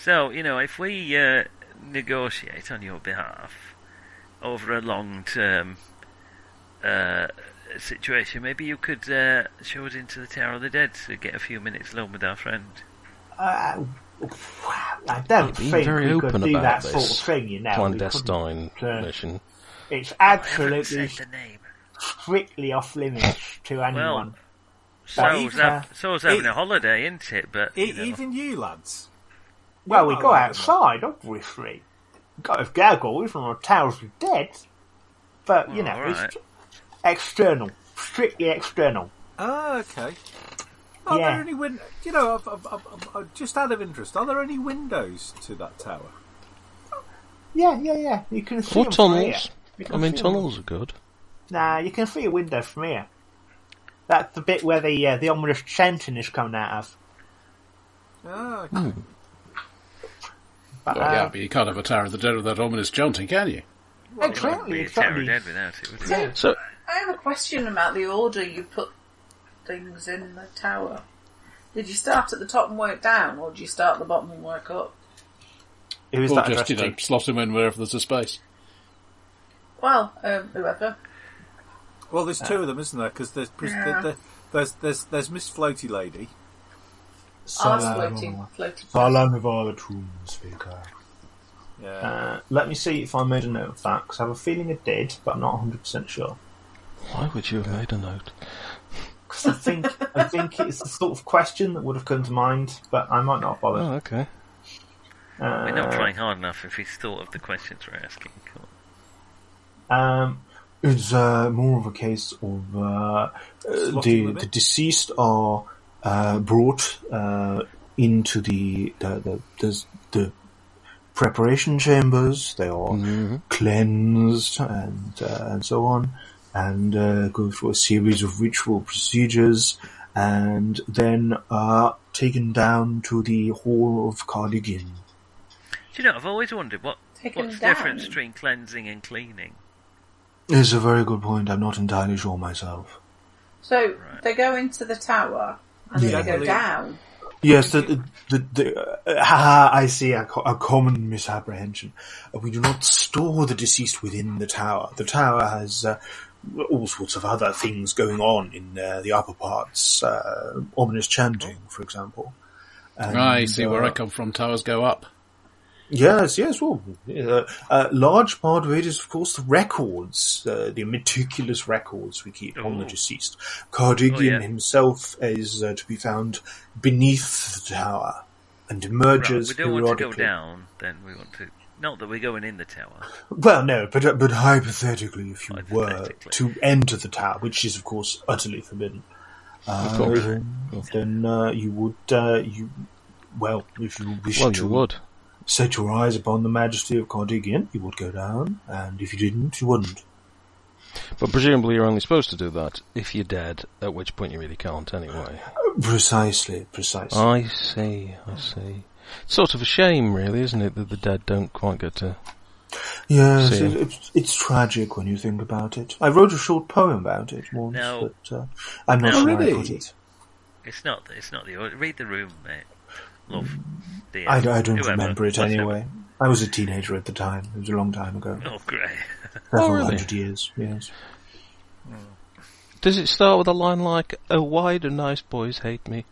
S3: So you know, if we uh, negotiate on your behalf over a long term uh, situation, maybe you could uh, show us into the Tower of the Dead to get a few minutes alone with our friend.
S2: Uh, I don't
S8: Being
S2: think
S8: very
S2: we could
S8: open
S2: do that
S8: about this
S2: sort of thing, you know. We couldn't,
S8: clandestine
S2: uh,
S8: mission.
S2: It's
S3: I haven't
S2: absolutely
S3: said the name.
S2: strictly off limits to anyone.
S3: So's,
S5: Well,
S3: hav- so's having
S5: it-
S3: a holiday, isn't it? But
S5: e-
S3: you know.
S5: even you lads.
S2: Well, we
S5: Well,
S2: go
S5: I don't
S2: outside, obviously. Got a gaggle, even on towers of dead. But, you
S3: Oh,
S2: know,
S3: alright.
S2: it's external. Strictly external.
S5: Ah, okay. Are
S2: Yeah.
S5: there any win- You know, I've, I've, I've, I've- I've- just out of interest, are there any windows to that tower?
S2: Yeah, yeah, yeah. You can see
S8: Or
S2: 'em from here.
S8: tunnels.
S2: You can
S8: I mean,
S2: see 'em.
S8: tunnels are good.
S2: Nah, you can see a window from here. That's the bit where the uh, the ominous chanting is coming out of.
S5: Ah, okay.
S8: Oh,
S2: But,
S6: Well, yeah,
S2: uh,
S6: but you can't have a Tower of the Dead without ominous chanting, can you?
S3: Wouldn't
S2: exactly,
S3: be a Tower of
S2: exactly.
S3: the Dead without it, would it?
S9: So,
S8: So,
S9: I have a question about the order you put things in the tower. Did you start at the top and work down, or did you start at the bottom and work up?
S2: Who is
S6: or
S2: that
S6: just, you
S2: addressed
S6: know,
S2: to?
S6: slot him in wherever there's a space.
S9: Well, um, whoever.
S5: Well, there's two of them, isn't there? Because there's, pres-
S9: Yeah.
S5: there- there- there's there's there's Miss Floaty Lady.
S9: Ours floating, floating.
S10: Salam of all the tomb speaker.
S5: Yeah.
S2: Uh, let me see if I made a note of that, because I have a feeling I did, but I'm not 100% sure.
S8: why would you have made a note?
S2: I think I think it's the sort of question that would have come to mind, but I might not bother.
S8: Oh, okay.
S3: We're not trying hard enough if he's thought of the questions we're asking. Come on.
S2: Um,
S10: It's uh, more of a case of uh, uh,
S5: Slotting
S10: the
S5: them in?
S10: the deceased are uh, brought uh, into the the, the the the preparation chambers. They are cleansed and uh, and so on, and uh, go through a series of ritual procedures, and then are taken down to the hall of Cardigan.
S3: Do you know, I've always wondered what
S9: Take 'em
S3: what's the difference
S9: down.
S3: between cleansing and cleaning?
S10: It's a very good point. I'm not entirely sure myself.
S9: So they go into the tower and then
S10: Yeah.
S9: they go down.
S10: Yes, the, the, the, the, uh, haha, I see a, co- a common misapprehension. Uh, We do not store the deceased within the tower. The tower has uh, all sorts of other things going on in uh, the upper parts, uh, ominous chanting, for example. And,
S6: I see where
S10: uh,
S6: I come from. Towers go up.
S10: Yes, yes. Well, a uh, large part of it is, of course, the records, uh, the meticulous records we keep on the
S3: Oh.
S10: deceased. Cardigan
S3: Oh, yeah.
S10: himself is uh, to be found beneath the tower and
S3: Right,
S10: emerges
S3: we don't want to go
S10: periodically.
S3: down, then we want to Not that we're going in the tower.
S2: Well, no,
S10: uh,
S2: but but hypothetically, if you were
S3: Hypothetically.
S2: to enter the tower, which is of course utterly forbidden, uh,
S8: course.
S10: um,
S2: then uh, you would uh, you well, if you wish
S8: Well,
S2: to
S8: you would.
S2: set your eyes upon the majesty of Cardigan, you would go down, and if you didn't, you wouldn't.
S8: But presumably you're only supposed to do that if you're dead, at which point you really can't anyway.
S2: Precisely, precisely.
S8: I see, I see. It's sort of a shame, really, isn't it, that the dead don't quite get to...
S2: yes,
S8: see.
S2: it, it's, it's tragic when you think about it. I wrote a short poem about it once,
S3: No.
S2: but uh, I'm not sure
S5: really?
S2: I put it.
S3: It's not. It's not the order. Read the room, mate. Love. Dear.
S2: I, I don't
S3: Whoever.
S2: remember it
S3: Whatever.
S2: anyway. I was a teenager at the time. It was a long time ago.
S3: Oh, great.
S2: Several
S8: really?
S2: hundred years, yes.
S8: Does it start with a line like, Oh, why do nice boys hate me?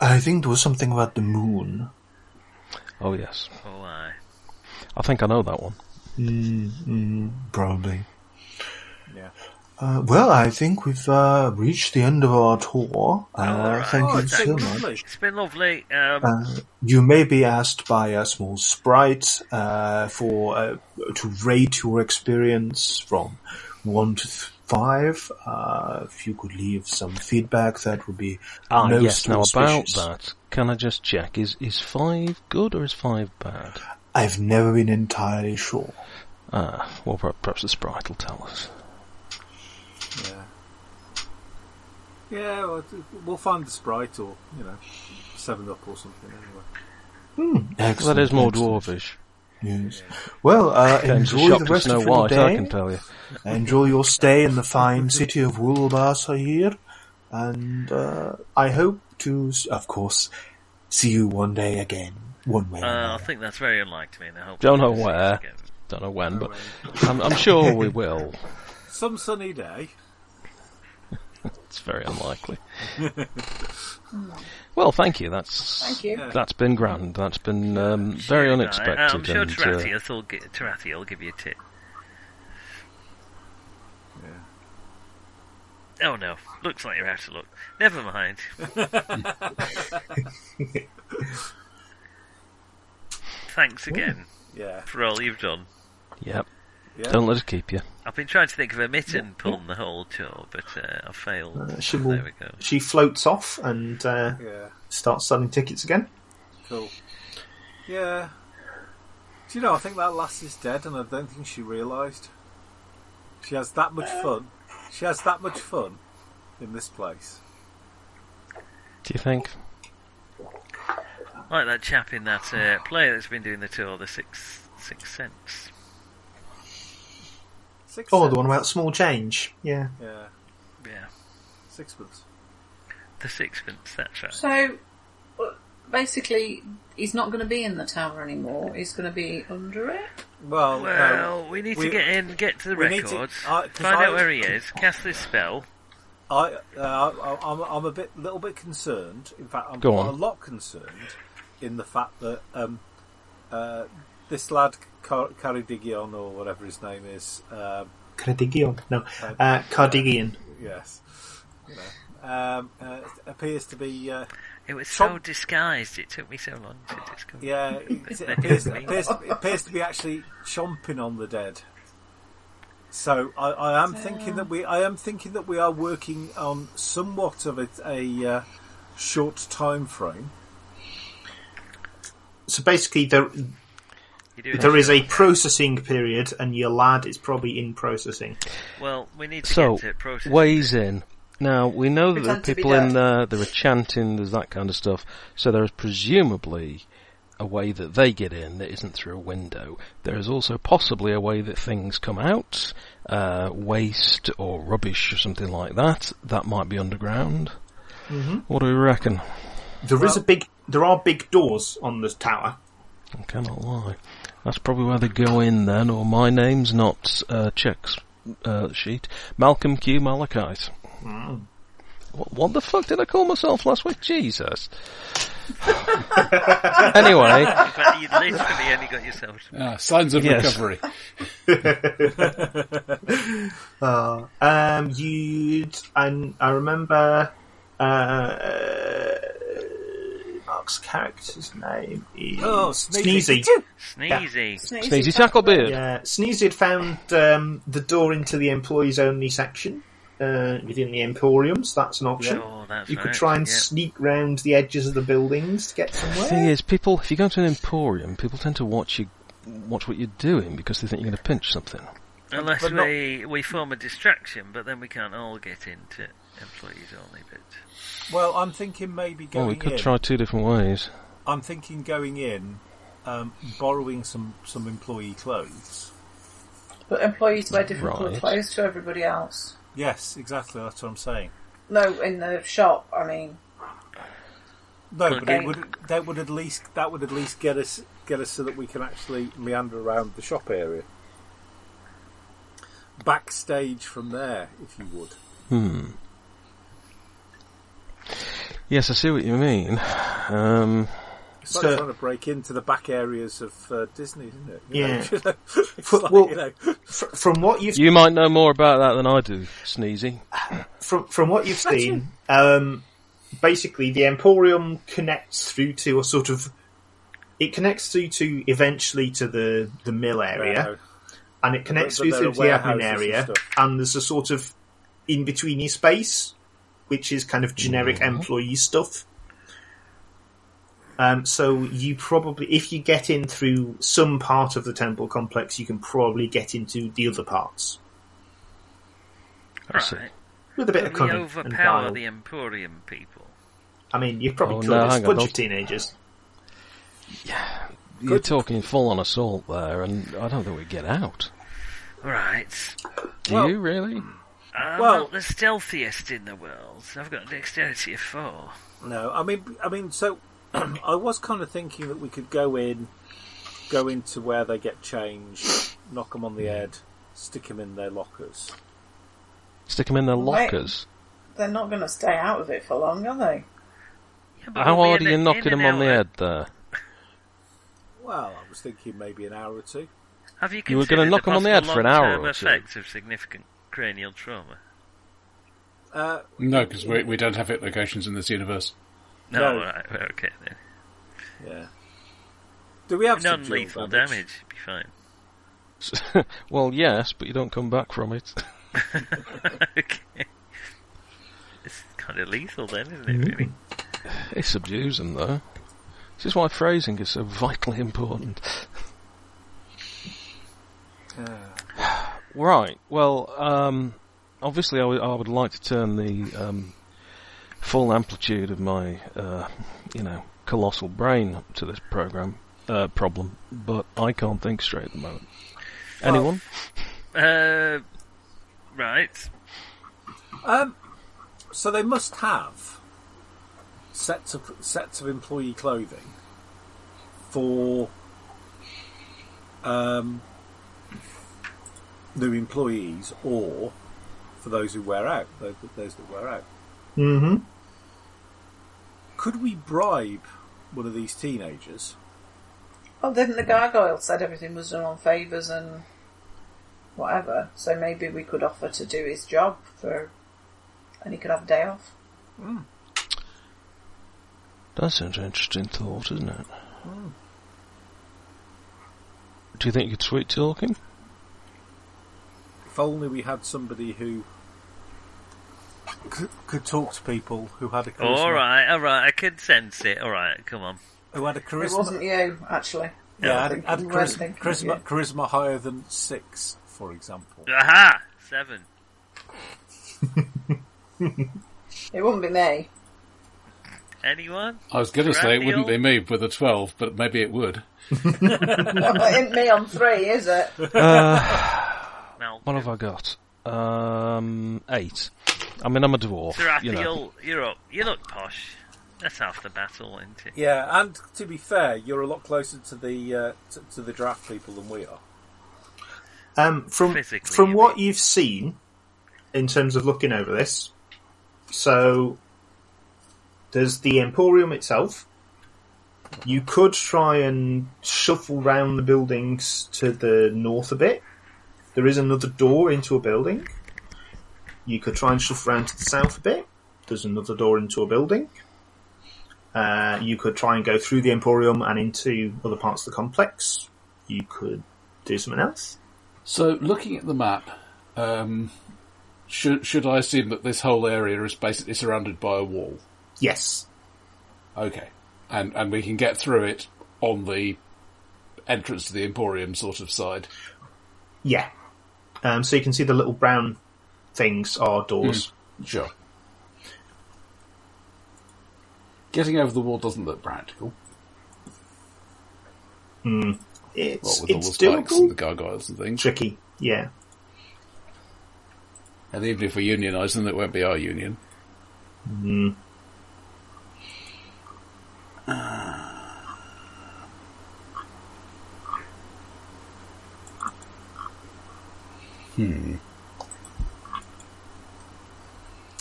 S2: I think there was something about the moon.
S8: Oh, yes.
S3: Oh, I.
S8: I think I know that one.
S2: Mm, mm, probably.
S5: Yeah.
S2: Uh, well, I think we've uh, reached the end of our tour. Uh,
S3: all right.
S2: Thank
S5: Oh,
S2: you
S5: it's
S2: so
S5: been
S2: much.
S5: lovely.
S3: It's been lovely. Um,
S2: Uh, you may be asked by a small sprite uh, for uh, to rate your experience from one to th- five. Uh, if you could leave some feedback, that would be
S8: Ah,
S2: most
S8: yes. Now, about
S2: auspicious.
S8: that, can I just check? Is is five good or is five bad?
S2: I've never been entirely sure.
S8: Ah, well, per- perhaps the sprite will tell us.
S5: Yeah. Yeah, well, th- we'll find the sprite or, you know, 7 Up or something anyway.
S2: Excellent,
S8: that is more
S2: excellent.
S8: dwarvish.
S2: Yes. Well, uh,
S8: James is
S2: enjoy
S8: shocked
S2: the
S8: at
S2: rest
S8: Snow
S2: of your
S8: White, I can
S2: day.
S8: tell you.
S2: Enjoy your stay in the fine city of Woolbasa here, and uh, I hope to, s- of course, see you one day again, one way. or
S3: uh, I
S2: another.
S3: think that's very unlike me, and I hope.
S8: Don't know
S3: we'll see
S8: where.
S3: us again.
S8: Don't know when, but I'm, I'm sure we will.
S5: Some sunny day.
S8: It's very unlikely. well, thank you. That's
S9: Thank you.
S8: that's been grand. That's been um, very
S3: Right,
S8: unexpected.
S3: I'm sure
S8: and, uh,
S3: Teratius will, gi- Teratius will give you a tip. Oh no, looks like you're out of luck. Never mind. Thanks again
S5: Yeah.
S3: for all you've done.
S8: yep.
S5: Yeah.
S8: Don't let us keep you.
S3: I've been trying to think of a mitten pun the whole tour, but uh, I failed.
S11: Uh, she
S3: so
S11: will-
S3: there we go.
S11: She floats off and uh,
S5: Yeah.
S11: starts selling tickets again.
S5: Cool. Yeah. Do you know, I think that lass is dead and I don't think she realised. She has that much fun. She has that much fun in this place.
S8: Do you think?
S3: Like that chap in that uh, play that's been doing the tour, the Sixth Sixth Sense.
S5: Six
S11: Oh, the one about small change. Yeah.
S5: Yeah.
S3: Yeah,
S5: Sixpence.
S3: the Sixpence. That's right.
S9: So, uh, basically, he's not going to be in the tower anymore. He's going to be under it.
S5: Well, no.
S3: Well, we need
S5: Um, we-
S3: to get in, get to the
S5: we need to-
S3: records,
S5: I- 'cause
S3: find
S5: I-
S3: out where he is, cast this spell.
S5: I, uh, I, I'm, I'm a bit, little bit concerned. In fact, I'm
S8: Go
S5: quite
S8: on.
S5: a lot concerned in the fact that um, uh, this lad, Car- Caridigion or whatever his name is, um,
S11: Cardigian. No. Uh, Cardigian.
S5: yes, you know, um, uh, appears to be, uh,
S3: It was
S5: Some-
S3: so disguised. It took me so long to discover.
S5: yeah, it appears, appears, appears to be actually chomping on the dead. So I, I am thinking that we, I am thinking that we are working on somewhat of a, a uh, short time frame.
S11: So basically, there
S3: You do it
S11: there is a processing period, and your lad is probably in processing.
S3: Well, we need to
S8: So,
S3: get to process.
S8: ways in. Now, we know that there are
S9: Pretend to be
S8: people in
S9: dead.
S8: there, there are chanting, there's that kind of stuff, so there is presumably a way that they get in that isn't through a window. There is also possibly a way that things come out, uh, waste or rubbish or something like that. That might be underground. What do we reckon?
S11: There is a big. There are big doors on the tower.
S8: I cannot lie. That's probably where they go in then, or my name's not uh, checks uh, sheet. Malcolm Q Malachite. What, what the fuck did I call myself last week? Jesus. anyway,
S3: But you literally only got yourself. to-
S6: Ah, signs of
S8: Yes.
S6: recovery.
S11: Um, you and I remember. Uh,
S2: Mark's character's name is
S5: Oh, Sneezy.
S2: Sneezy.
S3: Sneezy.
S8: Sneezy Tacklebeard.
S2: Yeah, Sneezy had found um, the door into the employees only section uh, within the Emporium, so that's an option.
S3: Oh, that's
S2: You could
S3: right,
S2: try and
S3: yeah.
S2: sneak round the edges of the buildings to get
S8: The
S2: somewhere.
S8: thing is, people, if you go to an emporium, people tend to watch you, watch what you're doing because they think you're going to pinch something.
S3: Unless
S5: But not-
S3: we, we form a distraction, but then we can't all get into employees only. But
S5: Well, I'm thinking maybe
S8: Well,
S5: going
S8: we could
S5: in.
S8: try two different ways.
S5: I'm thinking going in, um, borrowing some, some employee clothes.
S9: But employees wear different coloured
S8: Right.
S9: clothes to everybody else.
S5: Yes, exactly. That's what I'm saying.
S9: No, in the shop, I mean.
S5: No, but it
S9: Okay.
S5: would that would at least that would at least get us get us so that we can actually meander around the shop area. Backstage from there, if you would.
S8: Hmm. Yes, I see what you mean. Um,
S5: It's like
S2: So-
S5: trying to break into the back areas of uh, Disney, isn't it? You
S2: Yeah.
S5: know, it's like,
S2: Well-
S5: you know,
S2: Fr- from what you've
S8: you might know more about that than I do, Sneezy.
S2: from from what you've seen, um, basically the Emporium connects through to a sort of it connects through to eventually to the the mill area,
S5: no.
S2: and it connects
S5: but
S2: through
S5: there
S2: to
S5: are
S2: the admin
S5: warehouses and
S2: area, and,
S5: stuff.
S2: there's a sort of in betweeny space, which is kind of generic
S5: Mm-hmm.
S2: employee stuff. Um, so you probably, if you get in through some part of the temple complex, you can probably get into the other parts
S8: I see.
S3: right,
S2: with a bit of
S3: Can we
S2: cunning and
S3: overpower
S2: guile.
S3: the Emporium people.
S2: I mean, you probably
S8: Oh,
S2: could.
S8: no,
S2: it's a
S8: hang on,
S2: bunch
S8: don't-
S2: of teenagers.
S8: You're talking full on assault there, and I don't think we get out.
S3: Right.
S8: Do
S5: Well-
S8: you really?
S3: I'm
S5: Well-
S3: not the stealthiest in the world. I've got dexterity of four.
S5: No, I mean, I mean, so I was kind of thinking that we could go in, go into where they get changed, knock them on the head, stick them in their lockers.
S8: Stick them in their
S9: Wait.
S8: lockers.
S9: They're not going to stay out of it for long, are they?
S3: Yeah, but
S8: How
S3: we'll be
S8: hard
S3: in
S8: are you
S3: a-
S8: knocking
S3: in an
S8: them on the
S3: hour.
S8: head there?
S5: Well, I was thinking maybe an hour or two.
S3: Have you,
S8: You were
S3: going to
S8: gonna knock 'em on the head for an hour or two.
S3: effects of significant cranial trauma.
S5: Uh,
S6: No, because we, we don't have hit locations in this universe.
S3: No,
S5: No.
S3: all right, we're okay then.
S5: yeah. Do we have some
S3: Non-lethal
S5: dual
S3: damage. be fine.
S8: well, yes, but you don't come back from it.
S3: okay. It's kind of lethal then, isn't it? Really?
S8: It's abusing, though. This is why phrasing is so vitally important. right. Well, um, obviously, I would- I would like to turn the um, full amplitude of my, uh, you know, colossal brain up to this program uh, problem, but I can't think straight at the moment. Anyone?
S3: Uh, right.
S5: Um, so they must have sets of sets of employee clothing for um, new employees or for those who wear out. Those, that- those that wear out.
S2: hmm
S5: Could we bribe one of these teenagers?
S9: Well, Oh, didn't the gargoyle said everything was done on favours and whatever? So maybe we could offer to do his job for, and he could have a day off.
S8: That's an interesting thought, isn't it? Do you think you could sweet talk him?
S5: If only we had somebody who could, could talk to people who had a charisma,
S3: All right, all right. I can sense it. All right, come on.
S5: who had a
S9: It
S5: charisma
S9: wasn't you, actually.
S5: Yeah,
S9: I
S5: I'd,
S9: think
S5: I'd
S9: you were
S5: charisma,
S9: thinking
S5: charisma,
S9: of
S5: charisma higher than six, for example.
S3: Aha! Seven.
S9: It wouldn't be me.
S3: Anyone?
S6: I was going to say it wouldn't be
S3: Cranial?
S6: me with a 12, but maybe it would.
S9: it ain't me on three, is it?
S3: Mal.
S8: What have I got? Um, eight. I mean, I'm a dwarf. you know.
S3: Tarathiel, you're up. You look posh. That's half the battle, isn't it?
S5: Yeah, and to be fair, you're a lot closer to the uh, to, to the draft people than we are.
S2: Um, from
S3: Physically,
S2: from
S3: you
S2: what you've seen in terms of looking over this, so there's the Emporium itself. You could try and shuffle round the buildings to the north a bit. There is another door into a building. You could try and shuffle round to the south a bit. There's another door into a building.
S1: Uh, you could try and go through the Emporium and into other parts of the complex. You could do something else.
S6: So, looking at the map, um, should should I assume that this whole area is basically surrounded by a wall?
S1: Yes.
S6: Okay, and and we can get through it on the entrance to the Emporium sort of side.
S1: Yeah. Um, so you can see the little brown things are
S5: Hmm.
S1: doors.
S6: Sure. Getting over the wall doesn't look practical. What
S1: It's,
S6: with all
S1: it's
S6: the spikes and
S1: doable.
S6: the gargoyles and things.
S1: Tricky. Yeah.
S6: And even if we unionise them, it won't be our union.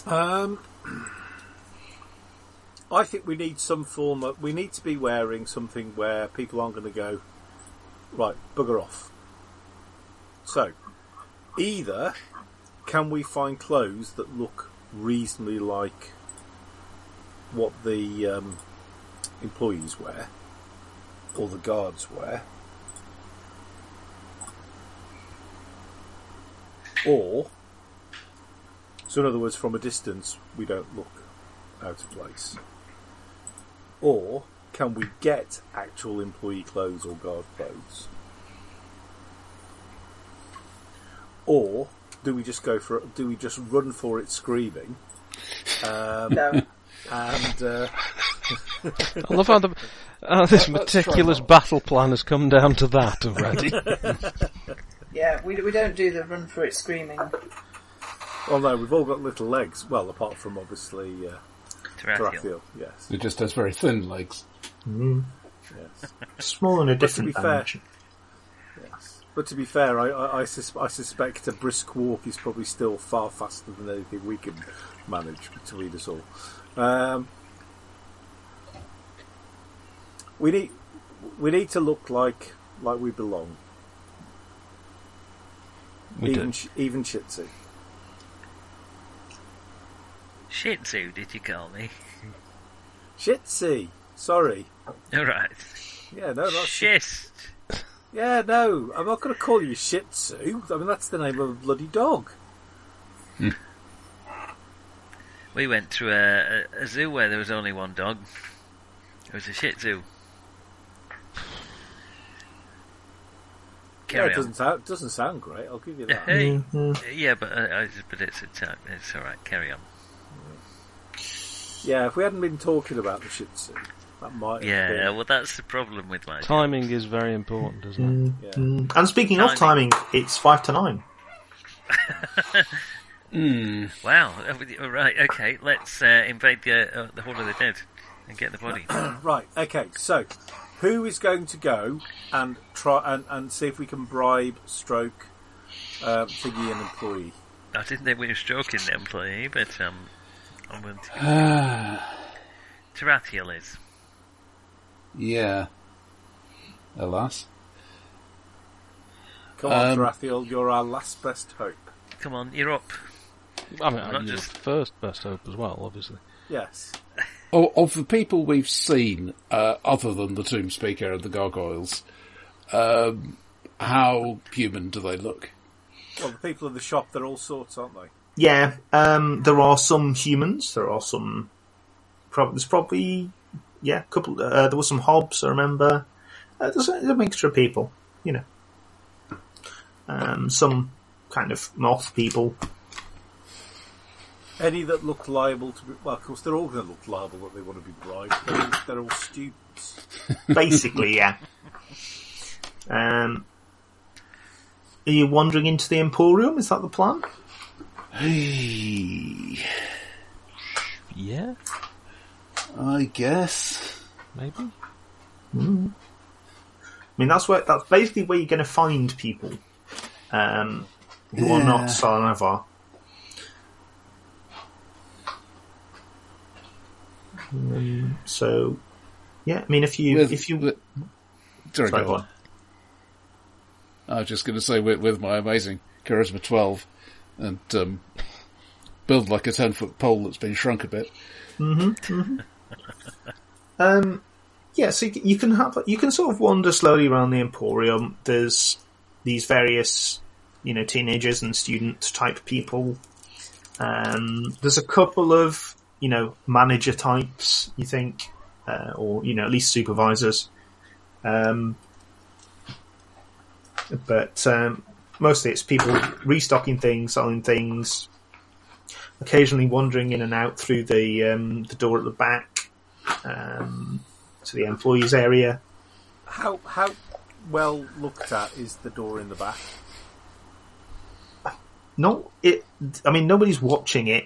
S5: Um, I think we need some form of. We need to be wearing something where people aren't going to go, right, bugger off. So, either can we find clothes that look reasonably like what the um, employees wear or the guards wear? Or so, in other words, from a distance, we don't look out of place. Or can we get actual employee clothes or guard clothes? Or do we just go for do we just run for it screaming?
S8: Um,
S9: No.
S5: And uh,
S8: I love how the, uh, this meticulous battle plan has come down to that already.
S9: yeah, we, we don't do the run for it screaming.
S5: although oh we've all got little legs, well, apart from obviously uh,
S3: Tarathiel.
S5: Tarathiel, yes,
S6: It just has very thin legs.
S5: yes.
S2: Small in a
S5: to be
S2: different
S5: fair,
S2: dimension.
S5: yes. But to be fair, I I, I, sus- I suspect a brisk walk is probably still far faster than anything we can manage between us all. Um, we need we need to look like like we belong.
S8: We
S5: even
S8: do.
S5: sh- even Shitsu.
S3: Shih Tzu, did you call me?
S5: Shitsu. Sorry.
S3: Alright.
S5: Yeah, no, Oh, that's
S3: Shist.
S5: Yeah, no, I'm not going to call you Shih Tzu. I mean, that's the name of a bloody dog.
S3: We went to a, a, a zoo where there was only one dog. It was a Shih Tzu.
S5: yeah,
S3: Carry
S5: it
S3: on.
S5: doesn't sound doesn't sound great. I'll give you that.
S3: Hey. Yeah, but uh, I just- but it's a type. It's all right. Carry on.
S5: yeah, if we hadn't been talking about the Shih Tzu, that might. have
S3: Yeah,
S5: been-
S3: well, that's the problem with my
S8: Timing is very important,
S6: Mm.
S8: isn't it?
S5: yeah.
S2: And speaking of timing, it's five to nine.
S3: Wow. uh, Right. Okay. Let's uh, invade the uh, the hall of the dead and get the body.
S5: Right. Okay. So, who is going to go and try and, and see if we can bribe Stroke uh, Figgy an employee?
S3: I didn't think we were stroking the employee, but um, I'm going to. Tarathiel is.
S6: Yeah. Alas.
S5: Come on,
S6: Um,
S5: Tarathiel, you're our last best hope.
S3: Come on, you're up.
S8: I mean,
S3: Not
S8: you're
S3: just-
S8: the first best hope as well, obviously.
S5: Yes.
S6: Oh, of the people we've seen, uh, other than the Tomb Speaker and the gargoyles, um, how human do they look?
S5: Well, the people in the shop, they're all sorts, aren't they?
S2: Yeah, um, there are some humans. There are some. Prob- there's probably yeah, a couple. Uh, there was some hobs. I remember. Uh, there's, a, there's a mixture of people, you know. Um, some kind of moth people.
S5: Any that look liable to be. Well, of course, they're all going to look liable that they want to be bribed. They're all, they're all students.
S2: basically, yeah. Um, are you wandering into the Emporium? Is that the plan?
S8: Yeah,
S6: I guess.
S8: maybe.
S2: I mean, that's where that's basically where you're going to find people um, who are not
S6: Yeah.
S2: Sarnavar. Um, so, yeah, I mean, if you
S6: With,
S2: if you
S6: with- sorry,
S2: sorry,
S6: go on.
S2: what?
S6: I was just going to say, with, with my amazing charisma twelve, and um, build like a ten foot pole that's been shrunk a bit.
S2: Um, yeah, so you you can have you can sort of wander slowly around the emporium. There's these various, you know, teenagers and student type people. Um, there's a couple of you know manager types. You think, uh, or you know, at least supervisors. Um, but um, mostly it's people restocking things, selling things, occasionally wandering in and out through the um, the door at the back um, to the employees area.
S5: How how well looked at is the door in the back?
S2: No, it. I mean, nobody's watching it.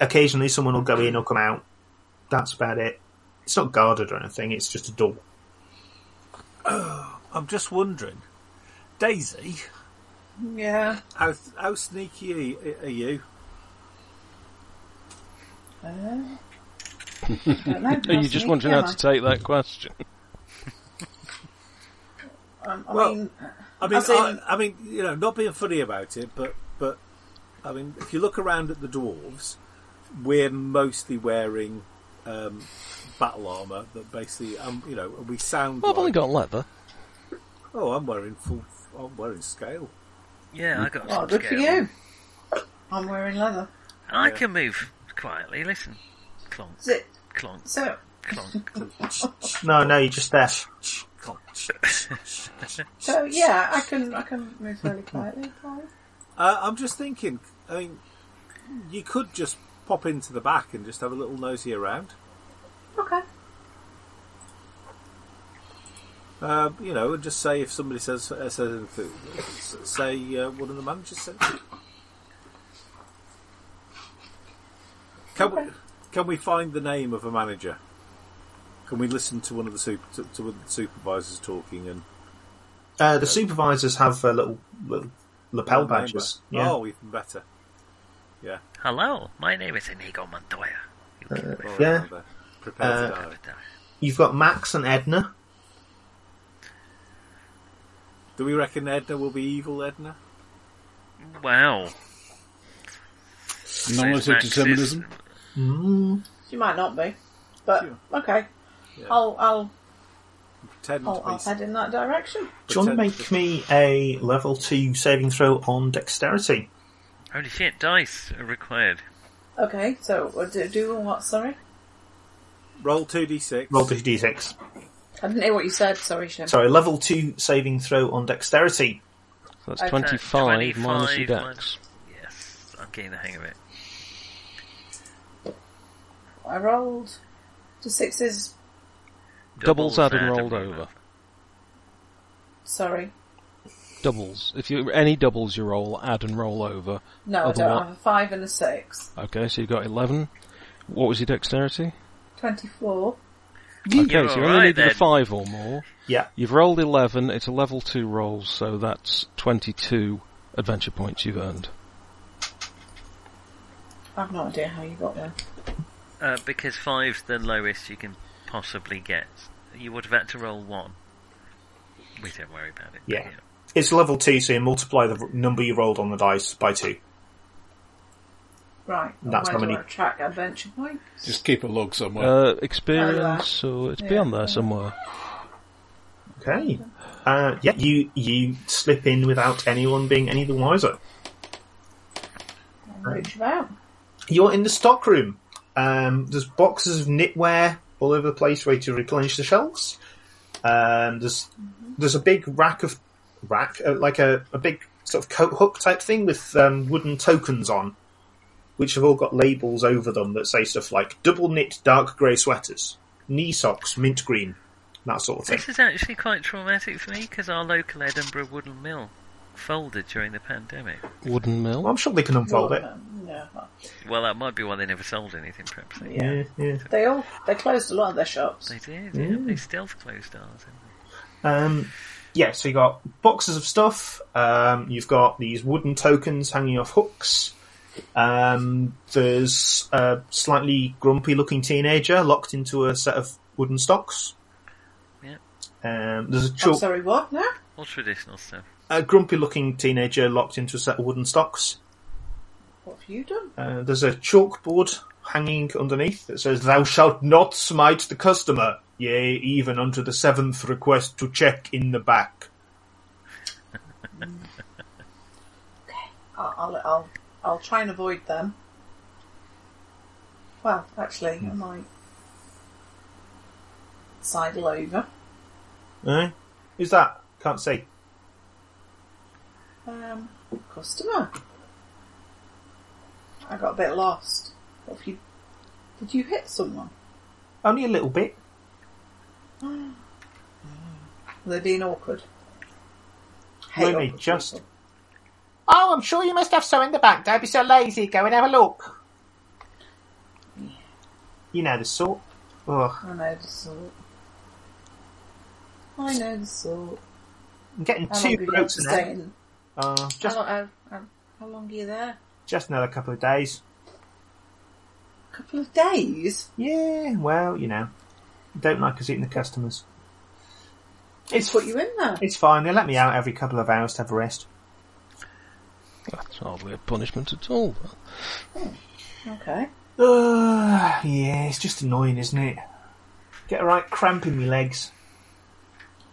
S2: Occasionally, someone will go in or come out. That's about it. It's not guarded or anything. It's just a door.
S5: I'm just wondering, Daisy,
S9: Yeah.
S5: how how sneaky are- are you?
S9: Uh, I don't know.
S8: Are you just wondering how to take that question?
S9: Um, I
S5: Well,
S9: mean,
S5: I mean,
S9: As in-
S5: I, I mean, you know, not being funny about it, but but I mean, if you look around at the dwarves, we're mostly wearing um, battle armor that basically, um, you know, we sound.
S8: Well, I've only
S5: like,
S8: got leather.
S5: Oh, I'm wearing full. I'm wearing scale.
S3: Yeah, I got
S9: well,
S3: some
S9: good for
S3: scale.
S9: Oh, you. I'm wearing leather.
S3: I can move quietly. Listen, clonk,
S9: Is it,
S3: clonk,
S9: so,
S3: clonk.
S2: No, no, you're just there.
S9: so yeah, I can I can move fairly quietly. probably.
S5: Uh, I'm just thinking. I mean, you could just pop into the back and just have a little nosy around.
S9: Okay.
S5: Uh, you know, and just say if somebody says uh, says anything, s- say uh, one of the managers said. Can we, can we find the name of a manager? Can we listen to one of the super, to, to one of the supervisors talking and
S2: Uh, the supervisors have uh, little, little lapel badges. Yeah.
S5: Oh, even better.
S3: Hello, my name is Inigo Montoya. You can
S5: All right,
S2: Yeah.
S5: now then. Prepare to
S2: Uh,
S5: die.
S3: with that.
S2: You've got Max and Edna.
S5: Do we reckon Edna will be evil, Edna?
S3: Wow.
S6: Nominative
S3: Max is-
S6: determinism.
S9: She might not be, but
S5: Sure.
S9: okay.
S5: Yeah.
S9: I'll I'll
S5: Tend
S9: I'll,
S5: to
S9: I'll
S5: be
S9: head in that direction.
S2: Do you want to make
S5: pretend-
S2: me a level two saving throw on dexterity?
S3: Holy shit, dice are required.
S9: Okay, so we'll do do what? Sorry,
S5: roll two d six.
S2: Roll the d6.
S9: I didn't hear what you said. Sorry, Shem.
S2: Sorry, level two saving throw on dexterity.
S8: So that's
S9: Okay.
S8: 25, minus your
S3: 25
S8: dex.
S3: Yes, I'm getting the hang of it.
S9: I rolled. The sixes.
S8: Doubles added and
S3: add
S8: rolled over.
S9: Sorry,
S8: Doubles. If you any doubles you roll, add and roll over.
S9: no, I
S8: Other
S9: don't.
S8: one.
S9: I have a five and a six.
S8: Okay, so you've got 11. What was your dexterity?
S9: Twenty-four.
S8: Okay, so you
S3: all
S8: only
S3: right
S8: needed a
S3: then.
S8: 5 or more.
S2: Yeah.
S8: You've rolled 11, it's a level 2 roll, so that's 22 adventure points you've earned.
S9: I've no idea how you got there.
S3: Uh, because five's the lowest you can possibly get. You would have had to roll one. We don't worry about it. but
S2: Yeah. It's level two, so you multiply the r- number you rolled on the dice by two.
S9: Right. and
S2: That's
S9: where
S2: how
S9: do
S2: many-
S9: I track adventure points?
S6: Just keep a log somewhere.
S8: Uh, experience, so it's
S9: Yeah.
S8: beyond there somewhere.
S2: Okay. Uh, yeah, you you slip in without anyone being any the wiser.
S9: And reach about.
S2: You're in the stockroom. Um, there's boxes of knitwear all over the place, ready to replenish the shelves. Um, there's there's a big rack of rack uh, like a, a big sort of coat hook type thing with um, wooden tokens on, which have all got labels over them that say stuff like double knit dark grey sweaters, knee socks mint green, that sort of thing.
S3: This is actually quite traumatic for me because our local Edinburgh wooden mill folded during the pandemic.
S8: Wooden mill.
S2: Well, I'm sure they can unfold it.
S9: Um, no.
S3: Well, that might be why they never sold anything, perhaps. They,
S9: Yeah.
S2: yeah.
S9: They all they closed a lot of their shops.
S3: they did, yeah. They stealth closed ours. didn't they?
S2: Um, yeah, so you got boxes of stuff. Um, you've got these wooden tokens hanging off hooks. Um, there's a slightly grumpy-looking teenager locked into a set of wooden stocks.
S3: Yeah.
S2: Um, there's a,
S9: I'm
S2: chalk-
S9: sorry, what now?
S3: All traditional stuff.
S2: a grumpy-looking teenager locked into a set of wooden stocks.
S9: What have you done?
S2: Uh, there's a chalkboard hanging underneath that says "Thou shalt not smite the customer." yea, even unto the seventh request to check in the back.
S9: I'll, I'll, I'll, I'll try and avoid them. Well, actually, I might sidle over.
S2: Eh? Who's that? Can't see.
S9: Um, customer. I got a bit lost. What if you, did you hit someone?
S2: Only a little bit.
S9: Were they being awkward?
S2: Let me
S9: awkward
S2: just-
S9: people.
S2: Oh, I'm sure you must have some in the back. Don't be so lazy. Go and have a look. You know the sort. Ugh.
S9: I know the sort. I know the sort.
S2: I'm getting
S9: How long
S2: two
S9: have you got
S2: groats
S9: to
S2: in
S9: stay
S2: there.
S9: in?
S2: Uh,
S9: How,
S2: just,
S9: lo- how, how, how long are you there?
S2: just another couple of days.
S9: A couple of days?
S2: Yeah, well, you know, don't like us eating the customers. It's
S9: Put you in there.
S2: it's fine. They let me out every couple of hours to have a rest.
S8: That's hardly a punishment at all.
S9: Okay.
S2: Uh, yeah, it's just annoying, isn't it? Get a right cramp in my legs.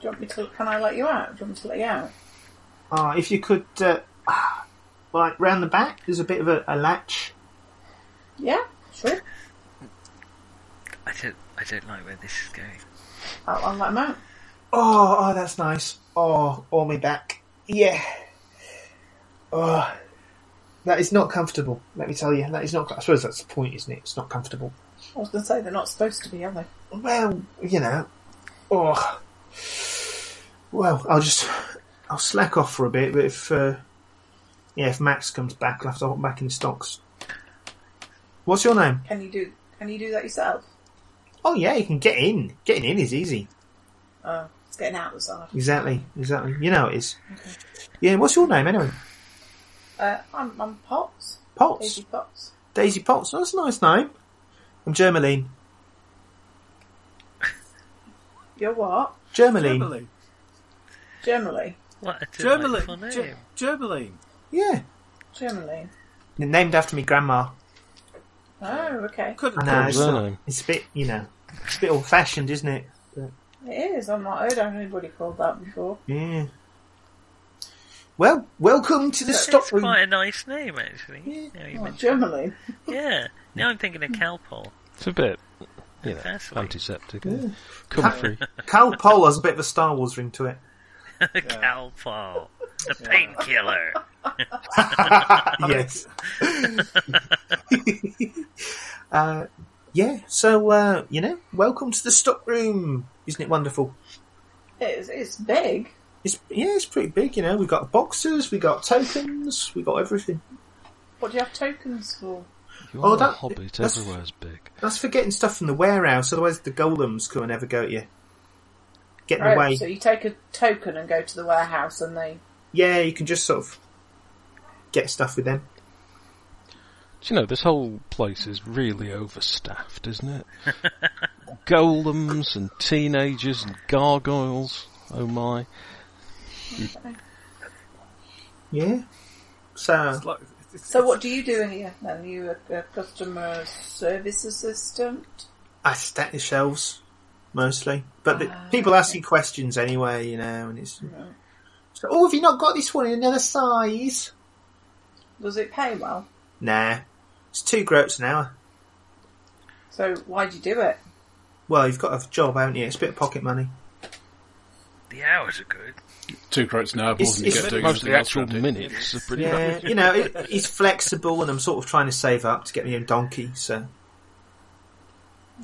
S9: Do you want me to, can I let you out? Do you want me to let you out?
S2: Ah, if you could, uh, ah, like round the back, there's a bit of a, a latch.
S9: Yeah, sure.
S3: I don't, I don't like where this is going.
S9: I'll, I'll let him out.
S2: Oh, oh, that's nice. Oh, oh, my back. Yeah. Oh, that is not comfortable. Let me tell you, that is not. I suppose that's the point, isn't it? It's not comfortable.
S9: I was going to say they're not supposed to be, are they?
S2: Well, you know. Oh. Well, I'll just I'll slack off for a bit, but if uh, yeah, if Max comes back, I'll have to hop back in stocks. What's your name?
S9: Can you do? Can you do that yourself?
S2: Oh yeah, you can get in. Getting in is easy.
S9: Oh, it's getting out was hard.
S2: Exactly, exactly. You know how it is. Yeah. What's your name anyway?
S9: Uh, I'm, I'm Potts.
S2: Potts.
S9: Daisy Potts.
S2: Daisy Potts. Oh, That's a nice name. I'm Germaline.
S9: You're what?
S2: Germaline.
S5: Germaline.
S9: Germany.
S3: What a delightful
S5: Germaline.
S3: name.
S5: Ge- Germaline.
S2: Yeah.
S9: Germany.
S2: Named after me grandma.
S9: Oh, okay.
S5: Could,
S2: I know.
S8: What was
S2: It's,
S8: her
S2: not-
S8: name?
S2: it's a bit, you know, it's a bit old fashioned, isn't it?
S9: It is. I've not heard of anybody called that before.
S2: Yeah. Well, welcome to the
S3: That
S2: stock
S3: is
S2: room.
S3: quite a nice name, actually. Now you
S9: Oh, Hmm.
S3: mention-
S9: Germany.
S3: yeah. Now I'm thinking of Calpol.
S8: It's a bit, you know,
S3: Fascinating.
S8: antiseptic. isn't it? Comfy.
S2: Cal Pol has a bit of a Star Wars ring to it.
S3: Calpol. The painkiller.
S2: yes. uh, yeah. So uh, you know, welcome to the stock room. Isn't it wonderful?
S9: It is, it's big.
S2: It's yeah, it's pretty big. You know, we got boxes, we got tokens, we got everything.
S9: What do you have tokens for?
S8: You're
S2: Oh,
S8: a
S2: that-
S8: hobbit.
S2: that's-
S8: Everywhere's big.
S2: That's for getting stuff from the warehouse. Otherwise, the golems couldn't ever go at you. Get in the
S9: Oh,
S2: way.
S9: so you take a token and go to the warehouse and they...
S2: Yeah, you can just sort of get stuff with them.
S8: Do you know, this whole place is really overstaffed, isn't it? Golems and teenagers and gargoyles. Oh my.
S2: Yeah. So
S5: like, it's,
S9: So what do you do in here then? you a, a customer service assistant?
S2: I stack the shelves mostly, but the,
S9: Ah,
S2: people ask you questions anyway, you know, and it's. So, oh, have you not got this one in another size?
S9: Does it pay well?
S2: Nah, it's two groats an hour.
S9: So why do you do it?
S2: Well, you've got a job, haven't you? It's a bit of pocket money.
S3: The hours are good.
S6: Two crates now,
S2: It's-
S6: wasn't you
S2: it's
S6: get doing
S8: Most of
S6: anything
S8: the
S6: else
S8: actual
S6: around it.
S8: minutes are pretty
S2: Yeah, you know, it, it's flexible, and I'm sort of trying to save up to get me a donkey. So